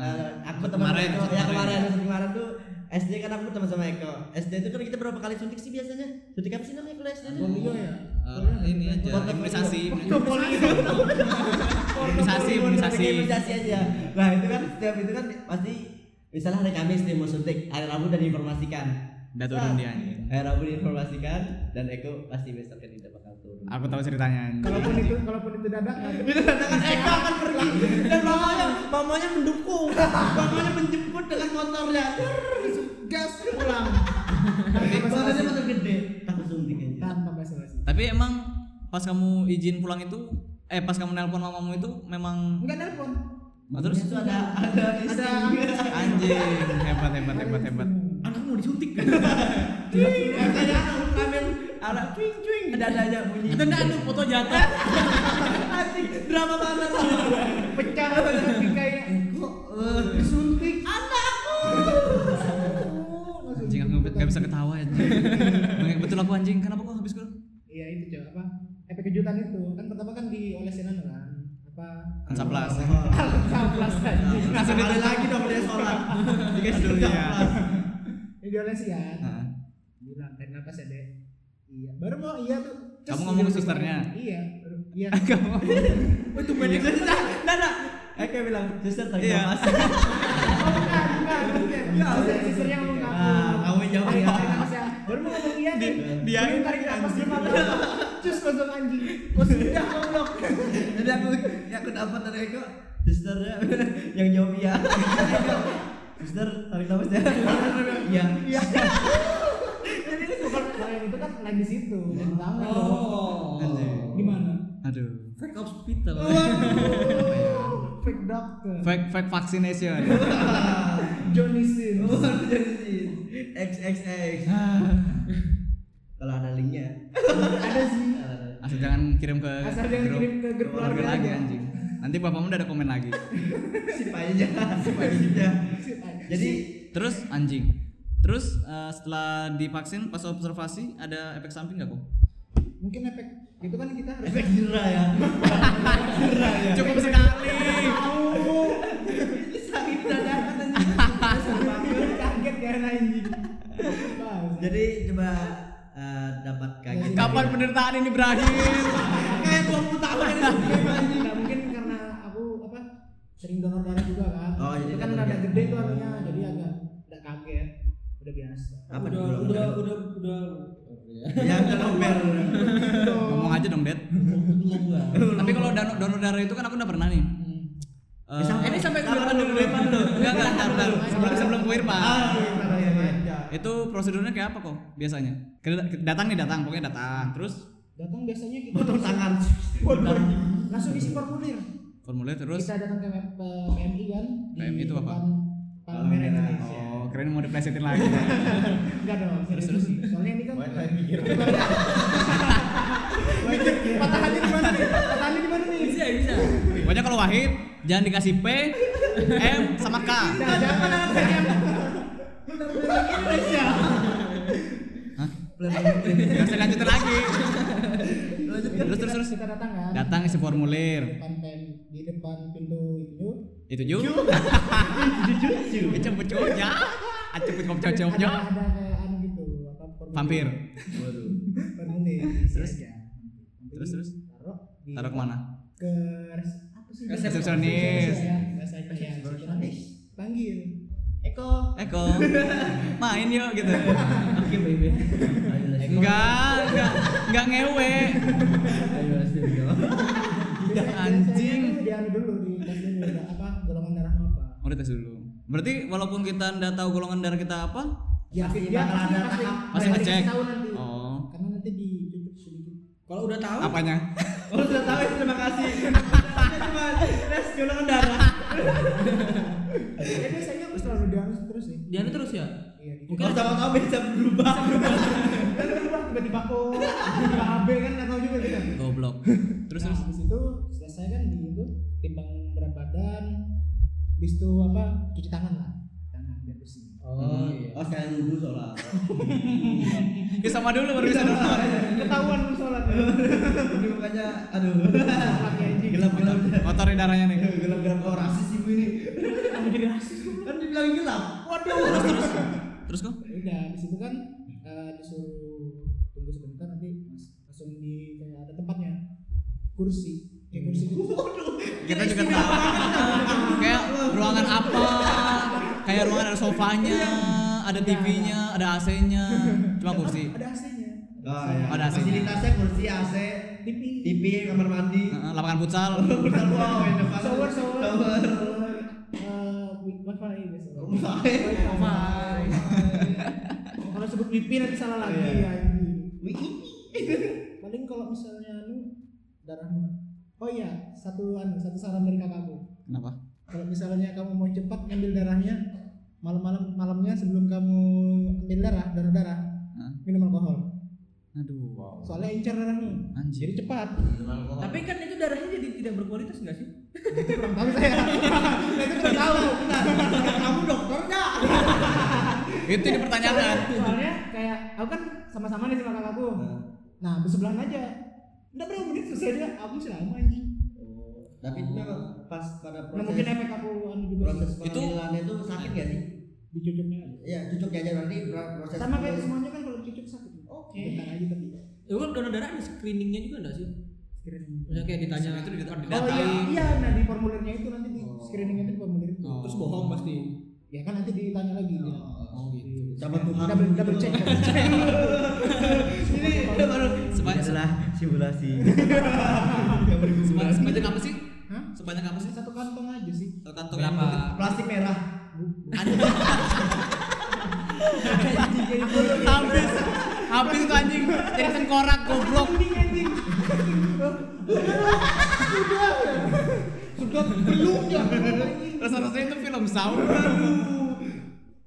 [SPEAKER 2] eh, aku berteman
[SPEAKER 1] Kemarin,
[SPEAKER 2] sama Eko. Ya,
[SPEAKER 1] kemarin.
[SPEAKER 2] kemarin episode kemarin tuh SD kan aku berteman sama Eko. SD itu kan kita berapa kali suntik sih biasanya? Suntik apa sih namanya kalau SD itu?
[SPEAKER 3] Polio ya.
[SPEAKER 1] Eh, ini aja
[SPEAKER 2] Foto-
[SPEAKER 1] imunisasi
[SPEAKER 2] Itu polio.
[SPEAKER 1] imunisasi imunisasi
[SPEAKER 2] imunisasi aja nah itu kan setiap itu kan pasti misalnya hari Kamis nih mau suntik hari Rabu udah diinformasikan Nah,
[SPEAKER 1] udah turun dia anjing.
[SPEAKER 2] hari Rabu diinformasikan dan Eko pasti besoknya tidak bakal turun
[SPEAKER 1] aku tahu ceritanya anjing.
[SPEAKER 3] Kalaupun itu kalaupun itu dadakan.
[SPEAKER 2] itu katakan Eko akan pergi *laughs* dan mamanya mamanya mendukung mamanya menjemput dengan motornya
[SPEAKER 3] gas pulang.
[SPEAKER 2] motornya motor gede takut suntik aja
[SPEAKER 3] Tanpa basa-basi.
[SPEAKER 1] tapi emang pas kamu izin pulang itu eh pas kamu nelpon mamamu itu memang
[SPEAKER 3] Enggak nelpon.
[SPEAKER 1] Oh, terus
[SPEAKER 2] itu ada ada
[SPEAKER 3] Ada
[SPEAKER 2] *laughs*
[SPEAKER 1] anjing hebat hebat hebat hebat
[SPEAKER 2] anak mau disuntik makanya aku kamen anak cuing cuing ada ada bunyi
[SPEAKER 5] Atau enggak lu foto jatuh.
[SPEAKER 2] Asik, drama banget
[SPEAKER 3] Pecah tapi kayak kok eh, disuntik anakku.
[SPEAKER 1] anjing aku nggak nggak bisa ketawa ya betul aku anjing kenapa kok habis gue
[SPEAKER 3] Iya itu coba apa? Efek kejutan itu kan pertama kan diolesin anu kan apa?
[SPEAKER 1] Ansaplas.
[SPEAKER 3] Caplas anjing.
[SPEAKER 2] Kasih kali lagi dong dia sholat. ya. Dikasih
[SPEAKER 1] Aduh, iya.
[SPEAKER 2] caplas.
[SPEAKER 3] Ini Indonesian.
[SPEAKER 1] Heeh.
[SPEAKER 3] ya? Bilang tarik nafas ya, Dek. Iya. Baru mau iya tuh. Terus
[SPEAKER 1] Kamu ngomong ke
[SPEAKER 3] dia-
[SPEAKER 1] susternya?
[SPEAKER 3] Iya. baru, Iya.
[SPEAKER 1] Kamu.
[SPEAKER 2] Oh, tuh banyak kan dah. Dah dah. Eka bilang, "Suster tadi
[SPEAKER 1] Iya.
[SPEAKER 2] mas."
[SPEAKER 3] Oh, enggak, enggak, enggak.
[SPEAKER 2] Iya,
[SPEAKER 3] Suster- Susternya ngomong ke aku.
[SPEAKER 2] Ah, kamu jawab
[SPEAKER 3] Tarik
[SPEAKER 2] ya.
[SPEAKER 3] nafas ya. Baru mau ngomong iya deh.
[SPEAKER 1] Ah, dia
[SPEAKER 3] Belum
[SPEAKER 1] ini
[SPEAKER 3] tarik nafas
[SPEAKER 1] anjing.
[SPEAKER 3] belum apa-apa. Cus langsung anjing. Kok sudah goblok.
[SPEAKER 2] Jadi aku yang aku dapat dari Eko, susternya *laughs* yang jawab iya. *laughs* Suster tarik nafas ya. Iya.
[SPEAKER 3] Iya. Jadi itu super lain itu kan lain di situ. Lain
[SPEAKER 2] Iya.
[SPEAKER 3] banget.
[SPEAKER 2] Oh.
[SPEAKER 1] Anjing.
[SPEAKER 3] *laughs* Gimana?
[SPEAKER 1] Aduh.
[SPEAKER 5] Fake hospital.
[SPEAKER 3] Fake doctor.
[SPEAKER 1] Fake fake vaccination.
[SPEAKER 3] Johnny Sins.
[SPEAKER 2] Oh, jadi sih. X X X. Kalau ada linknya.
[SPEAKER 3] Ada sih.
[SPEAKER 1] Asal jangan kirim ke
[SPEAKER 3] Asal jangan
[SPEAKER 1] grup
[SPEAKER 3] kirim ke grup keluarga
[SPEAKER 1] lagi
[SPEAKER 3] aja.
[SPEAKER 1] anjing. Nanti bapakmu udah ada komen lagi.
[SPEAKER 2] Sip aja. Sip aja. Jadi
[SPEAKER 1] Terus anjing. Terus eh, setelah divaksin pas observasi ada efek samping nggak kok?
[SPEAKER 3] Mungkin efek itu kan kita harus
[SPEAKER 2] efek jerah ya.
[SPEAKER 1] Cukup sekali.
[SPEAKER 2] Ini sakit dadakan anjing.
[SPEAKER 3] kaget
[SPEAKER 2] ya,
[SPEAKER 3] kan anjing. Bang,
[SPEAKER 2] *laughs* Jadi coba eh, dapat kaget.
[SPEAKER 1] Kapan penderitaan ini berakhir? Eh,
[SPEAKER 2] Kayak 20 tahun ini.
[SPEAKER 3] Nggak mungkin karena aku apa sering donor darah juga kan.
[SPEAKER 2] Oh, jadi
[SPEAKER 3] itu kan
[SPEAKER 2] donor
[SPEAKER 3] rada
[SPEAKER 2] darah.
[SPEAKER 3] gede tuh anunya, jadi agak udah kaget. Udah biasa.
[SPEAKER 2] Apa
[SPEAKER 5] udah,
[SPEAKER 2] dulu?
[SPEAKER 5] udah, udah, udah,
[SPEAKER 2] Ya udah nomer.
[SPEAKER 1] Ngomong aja dong, Dad. Tapi kalau donor, donor darah itu kan aku udah pernah nih. Eh,
[SPEAKER 5] ini sampai ke depan dulu.
[SPEAKER 2] depan dulu.
[SPEAKER 1] Enggak, enggak, entar, entar. Sebelum sebelum Bu Irma.
[SPEAKER 2] Ah, iya, iya, iya.
[SPEAKER 1] Itu prosedurnya kayak apa kok biasanya? Kita- kita- Datang nih datang, pokoknya datang. Terus
[SPEAKER 3] Datang biasanya kita
[SPEAKER 2] Potong tangan.
[SPEAKER 3] Waduh, langsung isi formulir.
[SPEAKER 1] formulir terus
[SPEAKER 3] Kita datang ke P- PMI kan. di
[SPEAKER 1] PMI itu apa?
[SPEAKER 3] depan Palang Merah Indonesia.
[SPEAKER 1] Oh, keren mau diplesetin lagi.
[SPEAKER 3] Enggak dong, serius
[SPEAKER 1] Terus,
[SPEAKER 3] sih. Soalnya ini kan
[SPEAKER 4] Lain lain mikir.
[SPEAKER 3] *laughs* Mikir, patahannya di mana nih? Patahannya di mana nih?
[SPEAKER 5] Bisa, Iya, bisa.
[SPEAKER 1] Pokoknya kalau Wahid jangan dikasih P, M sama K.
[SPEAKER 3] Jangan Nah, jangan ATM. Indonesia.
[SPEAKER 1] Hah? Nggak usah lanjutin lagi. Terus terus terus.
[SPEAKER 3] Kita datang kan?
[SPEAKER 1] Datang isi formulir.
[SPEAKER 3] Depan pen- di depan pintu itu.
[SPEAKER 1] Itu juga. Jujur. Cepet ya. Cepet kop cocok
[SPEAKER 3] Ada ada kayak anu gitu, apa formulir.
[SPEAKER 1] Vampir.
[SPEAKER 2] Waduh.
[SPEAKER 3] Formulir.
[SPEAKER 1] Terus?
[SPEAKER 3] Iya.
[SPEAKER 1] Terus, terus?
[SPEAKER 3] Taruh di-
[SPEAKER 1] Taruh kemana?
[SPEAKER 3] Ke res- apa sih?
[SPEAKER 1] Resepsionis.
[SPEAKER 3] Ya, bahasa Indonesia. Panggil. Eko.
[SPEAKER 1] Eko, main yuk gitu.
[SPEAKER 2] Oke, baby. Ayo, let's go.
[SPEAKER 1] Enggak, enggak, enggak ngewe.
[SPEAKER 2] Ayo, let's go.
[SPEAKER 3] Biasanya-
[SPEAKER 1] *laughs* anjing.
[SPEAKER 3] biasanya Iya, Dia anu dulu di tes dulu ada apa golongan darah apa.
[SPEAKER 1] Mau dites dulu. Berarti walaupun kita nggak tahu golongan darah kita apa,
[SPEAKER 3] Ya,
[SPEAKER 2] Pasti
[SPEAKER 3] dia
[SPEAKER 2] bakal
[SPEAKER 3] pasti-
[SPEAKER 2] ada
[SPEAKER 3] pasti-
[SPEAKER 2] tahap.
[SPEAKER 1] Pasti
[SPEAKER 3] pasti
[SPEAKER 1] ngecek.
[SPEAKER 3] kasih tahu nanti.
[SPEAKER 1] Oh.
[SPEAKER 3] Karena nanti dicucuk sedikit.
[SPEAKER 5] Kalau udah tahu,
[SPEAKER 1] apanya?
[SPEAKER 2] Oh, sudah tahu ya, terima kasih. Terima kasih. Tes golongan darah.
[SPEAKER 3] Eh, biasanya aku selalu dianus terus ya.
[SPEAKER 5] dia terus ya.
[SPEAKER 3] Iya, dicucuk.
[SPEAKER 2] Mungkin sama kamu bisa berubah.
[SPEAKER 3] kan berubah tiba-tiba O, tiba-tiba AB kan nggak tahu juga kita.
[SPEAKER 1] Goblok. Terus
[SPEAKER 3] nah,
[SPEAKER 1] terus.
[SPEAKER 3] habis itu selesai kan di itu timbang berat badan, habis itu apa cuci tangan lah, tangan biar bersih.
[SPEAKER 5] Oh iya.
[SPEAKER 2] Oh, saya dulu sholat.
[SPEAKER 1] Ya sama dulu baru bisa nonton.
[SPEAKER 3] Ketahuan lu sholat, *laughs*
[SPEAKER 2] Ini mukanya, aduh. *laughs*
[SPEAKER 3] sholatnya anjing.
[SPEAKER 2] Gelap, gelap.
[SPEAKER 1] Kotor nih darahnya nih.
[SPEAKER 2] Gelap, gelap. Oh, rasis ibu ini. Kan dibilang gelap.
[SPEAKER 1] Oh,
[SPEAKER 2] Waduh.
[SPEAKER 1] Terus kok?
[SPEAKER 3] Ya Udah, habis itu kan eh, disuruh tunggu sebentar nanti mas- langsung di kayak ada tempatnya kursi kayak kursi gitu.
[SPEAKER 1] Kita juga tahu. Kayak ruangan apa? Kayak ruangan ada sofanya, ada
[SPEAKER 3] Iya.
[SPEAKER 1] TV-nya, ada AC-nya, cuma kursi.
[SPEAKER 3] Ada AC-nya.
[SPEAKER 2] Oh, iya.
[SPEAKER 1] Ada AC-nya.
[SPEAKER 2] Fasilitasnya kursi AC,
[SPEAKER 3] TV.
[SPEAKER 2] TV, kamar mandi.
[SPEAKER 1] Heeh, Lapangan futsal.
[SPEAKER 2] Kursi wow, Nah, yang depan.
[SPEAKER 3] Shower, shower.
[SPEAKER 2] Shower.
[SPEAKER 3] Eh, wi- wifi biasa.
[SPEAKER 2] Wifi.
[SPEAKER 3] Wifi. Kalau sebut wifi nanti salah lagi
[SPEAKER 2] Iya.
[SPEAKER 3] ya. anjing.
[SPEAKER 2] Wih.
[SPEAKER 3] Paling kalau misalnya lu darahmu. Oh iya, satu anu, satu saran dari kakakku.
[SPEAKER 1] Kenapa?
[SPEAKER 3] Kalau misalnya kamu mau cepat ngambil darahnya, malam-malam malamnya sebelum kamu ambil darah, donor darah,
[SPEAKER 1] Hah?
[SPEAKER 3] minum alkohol.
[SPEAKER 1] Aduh.
[SPEAKER 3] Soalnya encer darahmu. Jadi
[SPEAKER 1] Anjir.
[SPEAKER 3] cepat.
[SPEAKER 5] Tapi kan itu darahnya jadi tidak berkualitas enggak sih?
[SPEAKER 3] Itu kurang tahu saya. *laughs* Nah, itu kurang tahu.
[SPEAKER 2] Kamu dokter nggak?
[SPEAKER 1] Itu dipertanyakan.
[SPEAKER 3] soalnya kayak aku kan sama-sama nih sama kakakku
[SPEAKER 2] eh,
[SPEAKER 3] nah bersebelahan aja udah berapa menit selesai dia aku sih lama anjing
[SPEAKER 2] Tapi itu memang pas pada
[SPEAKER 3] Nah,
[SPEAKER 2] proses
[SPEAKER 3] mungkin efek aku anu juga
[SPEAKER 2] proses
[SPEAKER 3] sih,
[SPEAKER 1] Itu-
[SPEAKER 2] pengambilannya itu sakit gak sih?
[SPEAKER 3] dicucuknya aja.
[SPEAKER 2] Iya, cucuknya aja berarti pra- proses
[SPEAKER 3] Sama kayak semuanya kan kalau dicucuk sakit.
[SPEAKER 2] Oke.
[SPEAKER 3] Bentar aja tapi.
[SPEAKER 5] Ya kan donor darah ada screeningnya juga enggak sih? Misalnya kayak ditanya
[SPEAKER 1] Itu di depan
[SPEAKER 3] Oh iya, iya nah di formulirnya itu nanti di
[SPEAKER 5] Oh.
[SPEAKER 3] screeningnya itu di formulir itu.
[SPEAKER 1] Oh.
[SPEAKER 5] terus bohong pasti.
[SPEAKER 3] Ya kan nanti ditanya lagi. gitu.
[SPEAKER 5] Oh gitu.
[SPEAKER 2] Sama Tuhan.
[SPEAKER 3] Double double check. double check. *laughs* Ini
[SPEAKER 1] Udah baru
[SPEAKER 2] Ini
[SPEAKER 3] Iya,
[SPEAKER 1] sebanyak
[SPEAKER 2] adalah simulasi.
[SPEAKER 1] sebanyak, sebanyak apa sih?
[SPEAKER 3] Iya. Hah?
[SPEAKER 1] Sebanyak apa sih?
[SPEAKER 3] satu kantong aja sih.
[SPEAKER 1] Satu kantong
[SPEAKER 5] Berapa?
[SPEAKER 1] *laughs*
[SPEAKER 2] Plastik merah. gitu.
[SPEAKER 1] habis habis tuh anjing jadi tengkorak goblok
[SPEAKER 3] Anjing Iya, anjing. *laughs* Sudah. Sudah belum ya.
[SPEAKER 1] terus rasanya itu film sound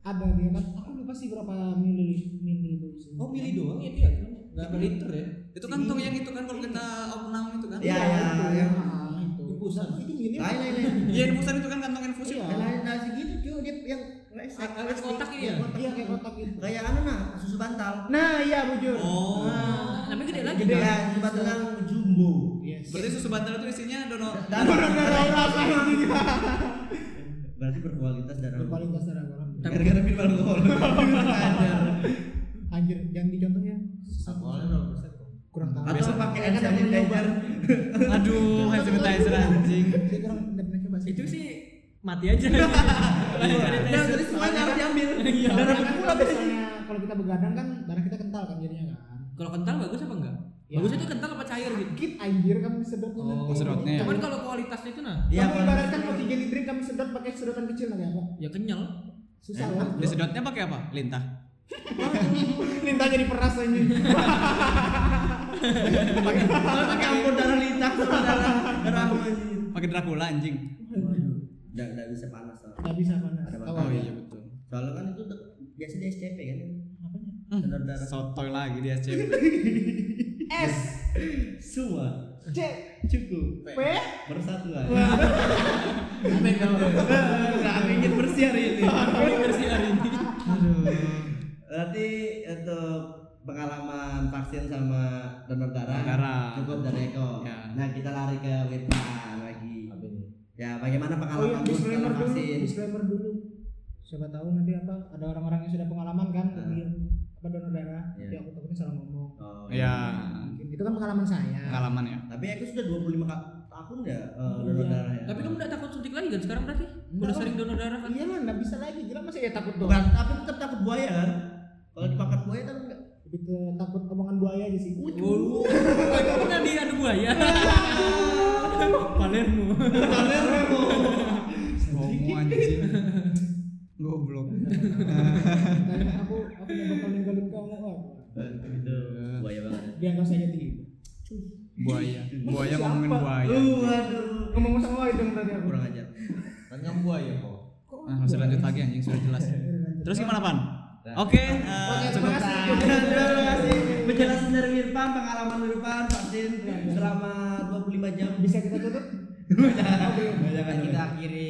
[SPEAKER 3] Ada dia kan. Aku lupa sih berapa mili mili itu sih.
[SPEAKER 5] Oh milih doang ya dia. Enggak ada liter ya.
[SPEAKER 1] itu kan tong yang itu kan kalau kita opnam itu kan
[SPEAKER 2] Ya, ya, ya.
[SPEAKER 3] Ah, itu.
[SPEAKER 5] Impusan.
[SPEAKER 3] Itu gini.
[SPEAKER 2] Lain lain lain.
[SPEAKER 1] iya infusan itu kan kantong infusi
[SPEAKER 3] Iya.
[SPEAKER 2] Lain lain lain segitu cuy dia yang resek.
[SPEAKER 5] Ah, ah, kotak ini ya?
[SPEAKER 3] Iya kayak kotak gitu.
[SPEAKER 2] Kayak anu nah, susu bantal.
[SPEAKER 3] Nah, iya bujur.
[SPEAKER 1] Oh.
[SPEAKER 3] Nah.
[SPEAKER 5] Tapi gede lagi.
[SPEAKER 2] Gede ya, susu bantal yang jumbo.
[SPEAKER 3] Yes.
[SPEAKER 1] berarti susu bantal itu isinya donor
[SPEAKER 2] Berarti berkualitas darah.
[SPEAKER 3] berkualitas darah orang.
[SPEAKER 2] Gara-gara minum alkohol.
[SPEAKER 3] Anjir, yang di contoh ya.
[SPEAKER 4] Alkoholnya berapa persen kok?
[SPEAKER 3] Kurang tahu.
[SPEAKER 2] Atau pakai hand
[SPEAKER 3] Saya belum nyoba.
[SPEAKER 2] sanitizer.
[SPEAKER 1] aduh hand sanitizer anjing
[SPEAKER 3] Saya kurang tidak pernah coba sih.
[SPEAKER 5] Itu sih mati *laughs* aja. Iya.
[SPEAKER 2] Dan tadi semuanya harus diambil.
[SPEAKER 3] Iya,
[SPEAKER 2] Darah
[SPEAKER 3] kan
[SPEAKER 2] berkumpul
[SPEAKER 3] kalau
[SPEAKER 2] habis.
[SPEAKER 3] misalnya kalau kita begadang kan darah kita kental kan jadinya kan.
[SPEAKER 5] Kalau kental bagus apa enggak?
[SPEAKER 2] Iya.
[SPEAKER 3] Ya.
[SPEAKER 5] Bagusnya itu kental apa cair gitu.
[SPEAKER 3] Dikit anjir kamu sedotnya
[SPEAKER 1] Oh,
[SPEAKER 3] nanti.
[SPEAKER 1] sedotnya ya.
[SPEAKER 5] Cuman kalau kualitasnya itu nah,
[SPEAKER 2] *laughs* Iya,
[SPEAKER 3] Kamu
[SPEAKER 2] kalau-
[SPEAKER 3] ibaratkan mau tiga liter kamu sedot pakai sedotan kecil nggak apa?
[SPEAKER 5] ya kenyal.
[SPEAKER 3] Susah
[SPEAKER 2] Enak,
[SPEAKER 3] loh.
[SPEAKER 1] disedotnya pakai apa lintah
[SPEAKER 3] *laughs* Lintah jadi peras aja.
[SPEAKER 2] Kalau pakai ampun darah lintah sama darah darah anjing.
[SPEAKER 1] pakai Dracula anjing
[SPEAKER 2] Enggak enggak bisa panas. tau.
[SPEAKER 3] Gak bisa panas.
[SPEAKER 2] Ada
[SPEAKER 3] Tahu
[SPEAKER 2] Oh,
[SPEAKER 3] aja.
[SPEAKER 2] iya,
[SPEAKER 1] betul
[SPEAKER 2] Soalnya kan itu de- biasa di SCP kan.
[SPEAKER 3] Apanya?
[SPEAKER 2] Donor darah
[SPEAKER 1] sotoy lagi dia SCP
[SPEAKER 3] S
[SPEAKER 2] semua
[SPEAKER 3] C
[SPEAKER 2] cukup
[SPEAKER 3] P
[SPEAKER 2] persatuan.
[SPEAKER 3] Wah.
[SPEAKER 2] Kami ingin bersih hari ini.
[SPEAKER 5] Bersih hari ini.
[SPEAKER 3] Oh, iya,
[SPEAKER 2] Berarti untuk pengalaman vaksin sama donor darah
[SPEAKER 1] Darah.
[SPEAKER 2] cukup dari Eko.
[SPEAKER 1] Ya.
[SPEAKER 2] Nah kita lari ke Wirta lagi. Ya bagaimana
[SPEAKER 3] Oh iya,
[SPEAKER 2] pengalaman kamu
[SPEAKER 3] disclaimer
[SPEAKER 2] setelah
[SPEAKER 3] dulu,
[SPEAKER 2] vaksin?
[SPEAKER 3] disclaimer dulu. Siapa tahu nanti apa ada orang-orang yang sudah pengalaman kan
[SPEAKER 2] Ah.
[SPEAKER 3] di apa donor darah.
[SPEAKER 2] Iya.
[SPEAKER 3] Jadi aku takutnya salah ngomong.
[SPEAKER 2] Oh,
[SPEAKER 1] ya
[SPEAKER 3] Mungkin itu kan pengalaman saya.
[SPEAKER 1] pengalaman ya
[SPEAKER 2] Tapi aku sudah 25 ka- tahun ya eh,
[SPEAKER 3] Iya.
[SPEAKER 2] donor darah ya.
[SPEAKER 5] Tapi kamu udah takut suntik lagi kan sekarang berarti? Udah
[SPEAKER 3] Enggak.
[SPEAKER 5] sering donor
[SPEAKER 4] *laughs*
[SPEAKER 5] darah kan?
[SPEAKER 3] Iya lah, nggak bisa lagi. Gila masih ya takut tuh.
[SPEAKER 2] bukan tapi tetap takut buaya kan? Kalau dipangkat buaya tapi enggak.
[SPEAKER 3] Lebih ke takut omongan buaya aja sih.
[SPEAKER 5] Waduh, itu pernah di anu
[SPEAKER 4] *laughs*
[SPEAKER 5] buaya. Palermo.
[SPEAKER 1] Romo anjing goblok
[SPEAKER 3] Tanya aku, aku nggak bakal ninggalin kamu Oh, iya. kok.
[SPEAKER 2] Gitu. Buaya banget.
[SPEAKER 3] Dianggap saya tiba.
[SPEAKER 1] buaya buaya ngomongin
[SPEAKER 3] Siapa?
[SPEAKER 1] buaya
[SPEAKER 2] Uh, waduh.
[SPEAKER 3] Ngomong sama itu berarti aku.
[SPEAKER 2] Kurang ajar.
[SPEAKER 4] Kan kamu buaya kok.
[SPEAKER 3] Kok
[SPEAKER 1] Nah, masih lanjut lagi anjing sudah jelas. Terus gimana Pan? Oke, eh,
[SPEAKER 3] Oke,
[SPEAKER 1] cukup.
[SPEAKER 3] terima kasih.
[SPEAKER 2] Terima kasih penjelasan dari Wirfan, pengalaman Wirfan vaksin selama 25 jam.
[SPEAKER 3] Bisa kita
[SPEAKER 2] *laughs*
[SPEAKER 3] tutup?
[SPEAKER 2] Jangan kita akhiri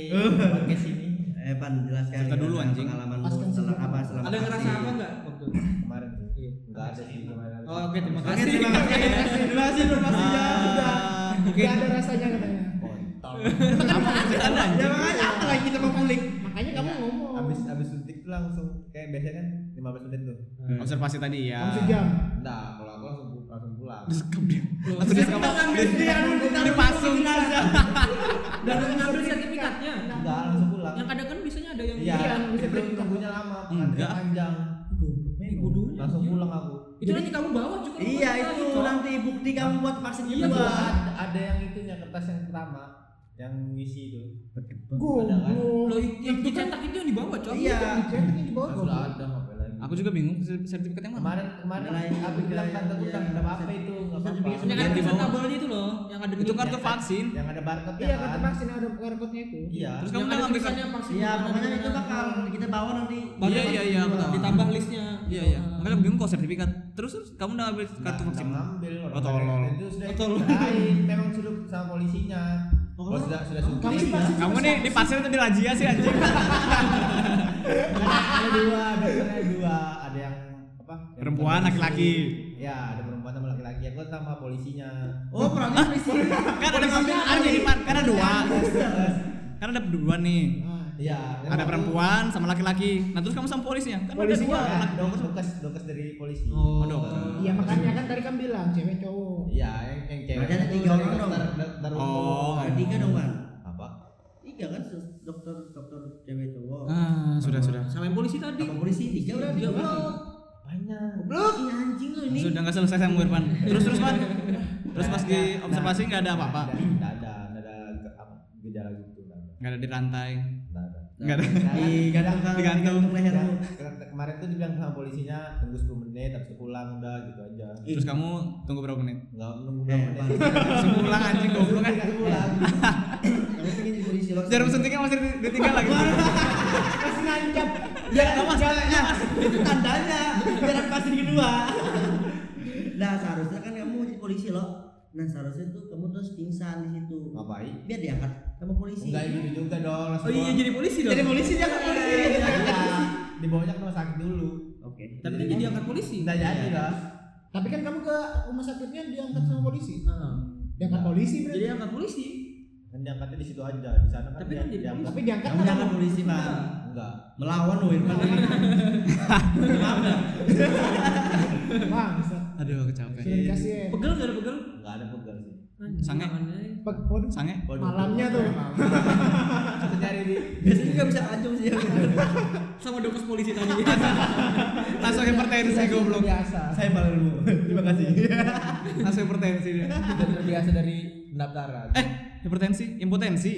[SPEAKER 2] podcast ini. Eh Pan, jelaskan
[SPEAKER 1] Cerita dulu,
[SPEAKER 2] gimana
[SPEAKER 1] anjing.
[SPEAKER 2] Pengalaman lu
[SPEAKER 3] Paskan
[SPEAKER 2] selama
[SPEAKER 3] sejak-
[SPEAKER 2] apa selama
[SPEAKER 5] Ada ngerasa
[SPEAKER 2] vaksin.
[SPEAKER 5] apa enggak waktu itu?
[SPEAKER 4] Kemarin sih. Enggak ada sih kemarin.
[SPEAKER 5] Oh, oke, terima
[SPEAKER 2] Oke, terima kasih. Terima kasih Nur Pasija. Sudah.
[SPEAKER 1] Ah, Mungkin
[SPEAKER 3] Gak ada rasanya katanya.
[SPEAKER 1] apa masih ada
[SPEAKER 2] Ya
[SPEAKER 1] anjing?
[SPEAKER 2] makanya apa lagi kita mau kulik?
[SPEAKER 3] Makanya kamu ngomong.
[SPEAKER 4] Abis abis suntik tuh langsung kayak biasanya kan 15 menit tuh.
[SPEAKER 5] Hmm.
[SPEAKER 1] Observasi tadi ya.
[SPEAKER 3] Kamu sejam.
[SPEAKER 4] Enggak, kalau aku langsung bu- langsung pulang.
[SPEAKER 1] Disekap dia. Langsung disekap.
[SPEAKER 2] dipasung aja.
[SPEAKER 5] Dan ngambil sertifikatnya.
[SPEAKER 4] Enggak, langsung pulang.
[SPEAKER 5] Yang ada kan biasanya ada yang Hmm,
[SPEAKER 4] Iya,
[SPEAKER 3] Iya, bisa
[SPEAKER 4] itu
[SPEAKER 3] berhenti.
[SPEAKER 4] nunggunya lama,
[SPEAKER 1] Enggak.
[SPEAKER 4] antrian panjang.
[SPEAKER 5] Dibodohin.
[SPEAKER 4] Langsung pulang aku.
[SPEAKER 5] Itu nanti kamu bawa juga.
[SPEAKER 2] Iya itu nanti bukti kamu buat vaksin
[SPEAKER 5] Iya,
[SPEAKER 2] kedua.
[SPEAKER 4] Ada, ada yang itunya kertas yang pertama yang ngisi itu. kan?
[SPEAKER 5] Lo
[SPEAKER 3] Goblok.
[SPEAKER 5] yang dicetak itu yang dibawa, coy.
[SPEAKER 2] Iya.
[SPEAKER 3] Dicetaknya di bawah.
[SPEAKER 4] Kan
[SPEAKER 3] goblok.
[SPEAKER 4] Sudah ada apa lagi?
[SPEAKER 1] Aku juga bingung sertifikat yang mana.
[SPEAKER 4] Kemarin kemarin
[SPEAKER 2] Lain,
[SPEAKER 4] aku bilang
[SPEAKER 2] lain,
[SPEAKER 4] tante
[SPEAKER 2] iya.
[SPEAKER 4] udah enggak apa-apa itu, enggak
[SPEAKER 2] Bisa
[SPEAKER 4] apa-apa. Iya.
[SPEAKER 2] dibikin
[SPEAKER 5] Yang ada
[SPEAKER 1] Yang dibawa.
[SPEAKER 5] presentable itu loh, yang ada
[SPEAKER 1] Itu kartu vaksin.
[SPEAKER 4] Yang ada barcode
[SPEAKER 3] Iya, kata vaksin ada barcode-nya itu.
[SPEAKER 4] Iya.
[SPEAKER 1] Terus kamu
[SPEAKER 5] Yang
[SPEAKER 1] udah
[SPEAKER 5] ada
[SPEAKER 1] ngambil
[SPEAKER 5] tulisannya vaksin.
[SPEAKER 2] Iya pokoknya itu bakal kita bawa nanti.
[SPEAKER 1] Iya iya iya aku tahu.
[SPEAKER 5] Ditambah listnya.
[SPEAKER 1] Iya iya. Makanya aku bingung kok sertifikat. Terus terus kamu udah ambil kartu vaksin.
[SPEAKER 4] ngambil
[SPEAKER 1] Oh, tolol.
[SPEAKER 4] itu sudah
[SPEAKER 1] Oh, tolol.
[SPEAKER 4] diceritain, memang sudah sama polisinya oh, sudah sudah suntik
[SPEAKER 3] Kamu pasti
[SPEAKER 1] Kamu nih di pasir tadi razia sih anjing.
[SPEAKER 4] ada dua dokternya dua ada yang apa yang
[SPEAKER 2] *laughs*
[SPEAKER 1] Perempuan,
[SPEAKER 4] bukan polisi.
[SPEAKER 1] laki-laki.
[SPEAKER 4] ya ada perempuan sama laki-laki ya gua sama polisinya
[SPEAKER 2] Oh, perangnya polisi.
[SPEAKER 1] kan ada ada di depan kan ada dua kan ada dua nih
[SPEAKER 3] Nah,
[SPEAKER 4] Iya.
[SPEAKER 1] ada perempuan sama laki-laki nah terus kamu sama polisnya kan ada
[SPEAKER 4] Polisinya
[SPEAKER 1] dua
[SPEAKER 4] kan,
[SPEAKER 1] anak
[SPEAKER 4] dokes dokes dokes dari polisi.
[SPEAKER 5] Oh,
[SPEAKER 1] dokter.
[SPEAKER 3] iya makanya kan tadi kan bilang cewek cowok.
[SPEAKER 4] Iya, yang yang cewek.
[SPEAKER 2] Berarti ada
[SPEAKER 4] itu
[SPEAKER 2] tiga
[SPEAKER 4] dari
[SPEAKER 2] orang dong.
[SPEAKER 4] dokter- dok- dari
[SPEAKER 1] Oh,
[SPEAKER 4] dokter.
[SPEAKER 2] ada tiga dong, Bang.
[SPEAKER 4] Apa?
[SPEAKER 2] Tiga kan sus- dokter dokter cewek cowok.
[SPEAKER 1] ah sudah sudah
[SPEAKER 5] sama yang polisi tadi
[SPEAKER 2] Sama polisi tiga udah
[SPEAKER 5] Tiga
[SPEAKER 2] tiga
[SPEAKER 5] belum.
[SPEAKER 2] belum.
[SPEAKER 4] Banyak.
[SPEAKER 2] Goblok, ya anjing lu ini.
[SPEAKER 1] sudah nggak selesai sama Irfan terus terus Pan terus pas di observasi nggak ada apa-apa
[SPEAKER 4] Enggak ada, enggak ada ke- apa gejala gitu enggak ada.
[SPEAKER 1] nggak ada di rantai
[SPEAKER 4] Enggak ada. Ya,
[SPEAKER 1] nggak ada
[SPEAKER 2] Di gadang
[SPEAKER 1] Digantung.
[SPEAKER 2] leher lu.
[SPEAKER 4] Ke- Kemarin tuh dibilang sama polisinya tunggu 10 menit habis itu pulang udah gitu aja.
[SPEAKER 1] terus kamu tunggu berapa menit
[SPEAKER 4] Enggak nunggu
[SPEAKER 2] Eh,
[SPEAKER 4] berapa menit. *laughs*
[SPEAKER 1] langsung pulang anjing goblok kan
[SPEAKER 2] Kamu pulang. Kamu pengen jadi polisi waktu.
[SPEAKER 1] jarum suntiknya masih di- ditinggal lagi
[SPEAKER 2] Masih nancap. Ya, jalannya. Itu tandanya. Jalan pasti kedua. Nah, seharusnya kan kamu jadi polisi loh. Nah, seharusnya tuh kamu terus pingsan di situ.
[SPEAKER 4] Ngapain?
[SPEAKER 2] Biar diangkat sama polisi.
[SPEAKER 4] Enggak gitu juga dong, langsung. bawa-
[SPEAKER 2] Oh,
[SPEAKER 5] polisi
[SPEAKER 2] iya, Jadi polisi jangan polisi.
[SPEAKER 4] Iya, dibawanya ke rumah sakit dulu.
[SPEAKER 2] Oke.
[SPEAKER 5] tapi
[SPEAKER 4] Iya.
[SPEAKER 5] kan jadi angkat polisi
[SPEAKER 1] Nah,
[SPEAKER 5] Iya.
[SPEAKER 4] Enggak
[SPEAKER 1] ya.
[SPEAKER 4] jadi lah.
[SPEAKER 3] Tapi kan kamu ke rumah sakitnya diangkat sama polisi.
[SPEAKER 4] Ah.
[SPEAKER 5] Heeh.
[SPEAKER 3] Diangkat polisi berarti.
[SPEAKER 4] Iya.
[SPEAKER 5] jadi angkat polisi
[SPEAKER 4] Kan diangkatnya di situ aja, di sana kan
[SPEAKER 5] Tapi kan
[SPEAKER 4] dia-
[SPEAKER 5] jadi
[SPEAKER 4] diangkat.
[SPEAKER 3] Tapi diangkat
[SPEAKER 2] Kamu jangan polisi, Bang.
[SPEAKER 4] Enggak.
[SPEAKER 2] Melawan lu Irfan.
[SPEAKER 3] Bang,
[SPEAKER 1] aduh
[SPEAKER 4] Iya.
[SPEAKER 1] kecapean
[SPEAKER 3] sudah dikasih ya.
[SPEAKER 5] pegel nggak ada pegel
[SPEAKER 4] Enggak ada pegal sih.
[SPEAKER 1] Sange.
[SPEAKER 5] Tangannya.
[SPEAKER 3] Pe- waduh,
[SPEAKER 1] sange
[SPEAKER 4] Waduh.
[SPEAKER 3] Malamnya tuh.
[SPEAKER 4] Kita cari di
[SPEAKER 2] Biasanya nggak bisa acung sih.
[SPEAKER 5] sama dokter polisi tadi
[SPEAKER 1] langsung hipertensi goblok
[SPEAKER 3] Biasa.
[SPEAKER 2] Saya malu lu. Terima kasih.
[SPEAKER 1] langsung hipertensi dia
[SPEAKER 5] dan terbiasa dari pendaftaran
[SPEAKER 1] eh hipertensi impotensi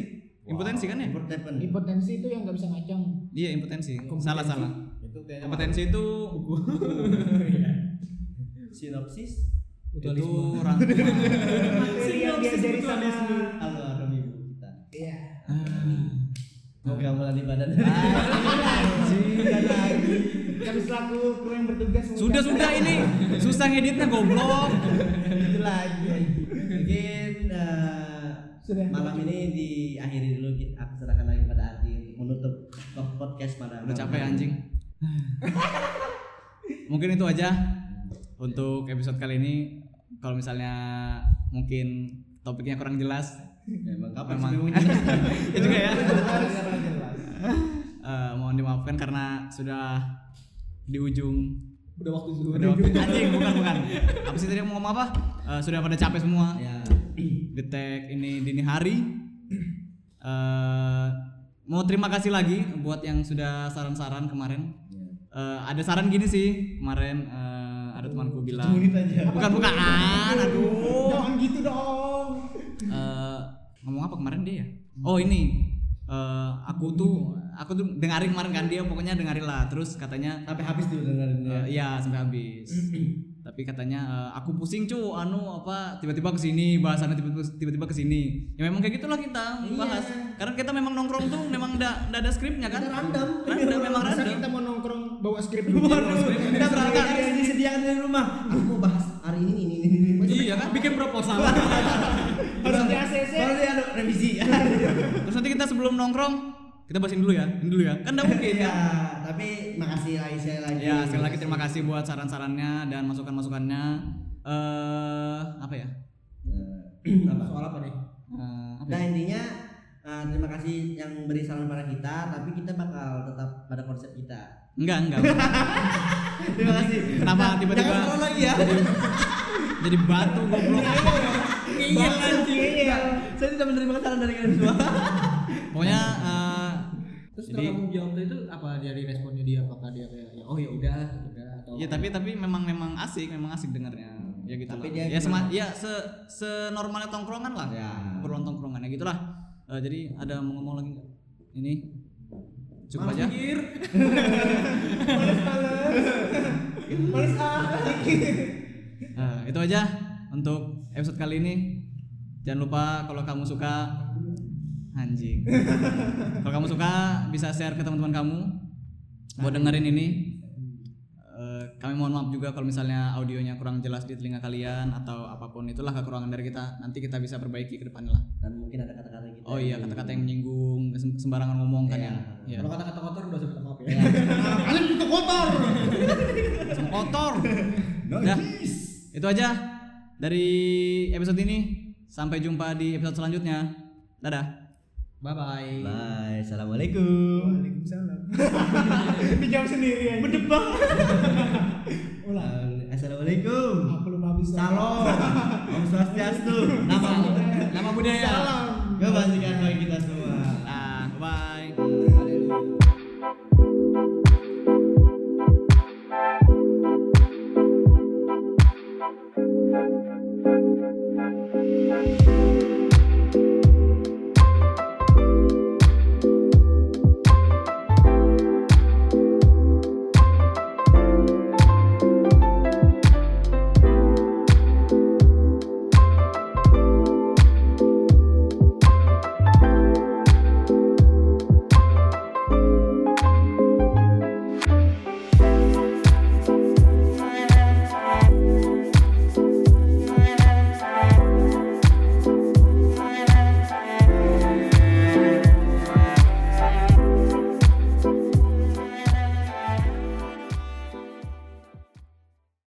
[SPEAKER 1] impotensi kan ya
[SPEAKER 2] Hipertensi.
[SPEAKER 3] Impotensi itu yang nggak bisa ngacang.
[SPEAKER 1] iya impotensi salah salah
[SPEAKER 4] itu kayaknya
[SPEAKER 1] kompetensi itu
[SPEAKER 2] Sinopsis.
[SPEAKER 1] itu rangkuman
[SPEAKER 3] Materi yang diajari sama
[SPEAKER 2] Halo, Adam Ibu kita.
[SPEAKER 3] Iya.
[SPEAKER 2] Gangguan di badan.
[SPEAKER 3] Kami selaku kru yang bertugas
[SPEAKER 1] sudah sudah ini susah ngeditnya goblok
[SPEAKER 2] Itu lagi. Mungkin eh,
[SPEAKER 3] Sudah.
[SPEAKER 2] malam ini diakhiri dulu kita aku serahkan lagi pada Ardi menutup podcast pada
[SPEAKER 1] udah capek
[SPEAKER 2] *laughs*
[SPEAKER 1] anjing mungkin itu aja untuk episode kali ini kalau misalnya mungkin topiknya kurang jelas
[SPEAKER 2] Memang kapan
[SPEAKER 1] Memang.
[SPEAKER 2] sih
[SPEAKER 1] *laughs* ya juga ya
[SPEAKER 4] Sekarang jelas.
[SPEAKER 1] Eh, mohon dimaafkan karena sudah di ujung
[SPEAKER 5] udah waktu zuhur
[SPEAKER 1] udah waktu- anjing bukan bukan apa sih tadi mau ngomong apa Eh, sudah pada capek semua
[SPEAKER 2] Ya.
[SPEAKER 1] detek ini dini hari *clears throat* Eh, mau terima kasih lagi buat yang sudah saran-saran kemarin
[SPEAKER 3] Iya.
[SPEAKER 1] Eh, ada saran gini sih kemarin eh, ada temanku bilang Eh,
[SPEAKER 2] Menit aja.
[SPEAKER 1] bukan
[SPEAKER 3] *laughs*
[SPEAKER 1] bukan aduh
[SPEAKER 3] Jangan gitu dong.
[SPEAKER 1] Eh, ngomong apa kemarin dia ya? Oh ini eh, aku tuh aku tuh dengarin kemarin kan dia pokoknya dengarin lah terus katanya
[SPEAKER 2] Sampai habis dulu dengerin ya.
[SPEAKER 1] eh, iya sampai habis tapi katanya eh, aku pusing cu anu apa tiba-tiba kesini bahasannya tiba-tiba- tiba-tiba kesini ya memang kayak gitulah kita bahas karena kita memang nongkrong tuh memang ndak ndak ada skripnya kan random random memang
[SPEAKER 3] Masa
[SPEAKER 1] random
[SPEAKER 3] kita mau nongkrong bawa skrip dulu.
[SPEAKER 1] Waduh, kita berangkat
[SPEAKER 2] disediakan dari rumah. Aku mau bahas hari ini ini ini ini.
[SPEAKER 1] iya kan bikin proposal
[SPEAKER 3] Harus di ACC.
[SPEAKER 2] Baru dia ada
[SPEAKER 1] *laughs*
[SPEAKER 2] revisi.
[SPEAKER 1] terus nanti kita sebelum nongkrong kita bahasin dulu ya ini dulu ya kan ndak mungkin
[SPEAKER 2] Iya,
[SPEAKER 1] ya
[SPEAKER 2] tapi makasih lagi saya lagi.
[SPEAKER 1] Ya, sekali lagi terima kasih buat saran-sarannya dan masukan-masukannya. Eh, apa ya? *clears throat*
[SPEAKER 2] Eh, apa?
[SPEAKER 5] soal apa nih
[SPEAKER 1] Eh, apa
[SPEAKER 2] Nah
[SPEAKER 1] ya?
[SPEAKER 2] intinya eh, terima kasih yang beri saran pada kita, tapi kita bakal tetap pada konsep kita.
[SPEAKER 1] Enggak, enggak.
[SPEAKER 2] Terima kasih.
[SPEAKER 1] Kenapa tiba-tiba
[SPEAKER 2] Jangan terlalu lagi ya.
[SPEAKER 1] jadi batu goblok?
[SPEAKER 2] Iya iya. Saya tidak menerima saran dari kalian semua.
[SPEAKER 1] Pokoknya eh,
[SPEAKER 5] terus
[SPEAKER 1] Jadi-
[SPEAKER 5] setelah kamu jawab itu apa dari responnya dia apakah dia kayak ya, oh ya udah udah atau
[SPEAKER 1] ya tapi tapi memang memang asik, memang asik dengarnya. Ya gitu lah.
[SPEAKER 2] Tapi dia
[SPEAKER 1] Ya
[SPEAKER 2] gimana?
[SPEAKER 1] sema ya se senormalnya tongkrongan lah.
[SPEAKER 2] Ya.
[SPEAKER 1] Perluan tongkrongan ya gitulah. Eh, jadi ada mau ngomong lagi nggak? Ini cukup
[SPEAKER 5] Malas
[SPEAKER 1] aja.
[SPEAKER 5] mikir.
[SPEAKER 3] Males ah.
[SPEAKER 1] Nah, itu aja untuk episode kali ini. Jangan lupa kalau kamu suka anjing. kalau kamu suka bisa share ke teman-teman kamu buat dengerin ini. Eh, kami mohon maaf juga kalau misalnya audionya kurang jelas di telinga kalian atau apapun itulah kekurangan dari kita. Nanti kita bisa perbaiki ke depannya lah.
[SPEAKER 2] Dan mungkin ada kata-kata kita.
[SPEAKER 1] Oh iya, kata-kata yang menyinggung, sem- sembarangan ngomong kan
[SPEAKER 2] Iya.
[SPEAKER 1] ya. Iya.
[SPEAKER 5] kalau kata-kata kotor udah usah minta maaf ya
[SPEAKER 3] Kalian itu kotor.
[SPEAKER 1] Nah.
[SPEAKER 2] Nah.
[SPEAKER 1] Semua kotor. Udah. Itu aja. dari episode ini sampai jumpa di episode selanjutnya. Dadah.
[SPEAKER 5] Bye bye.
[SPEAKER 2] Bye. Assalamualaikum.
[SPEAKER 3] Waalaikumsalam. *laughs* Dijawab sendiri aja. Berdebat. Ulah.
[SPEAKER 2] Eh, Assalamualaikum.
[SPEAKER 3] Aku lupa habis.
[SPEAKER 2] Salam. Om Swastiastu. Nama
[SPEAKER 5] Nama budaya.
[SPEAKER 3] Salam.
[SPEAKER 2] Gak pasti kan
[SPEAKER 1] Ah,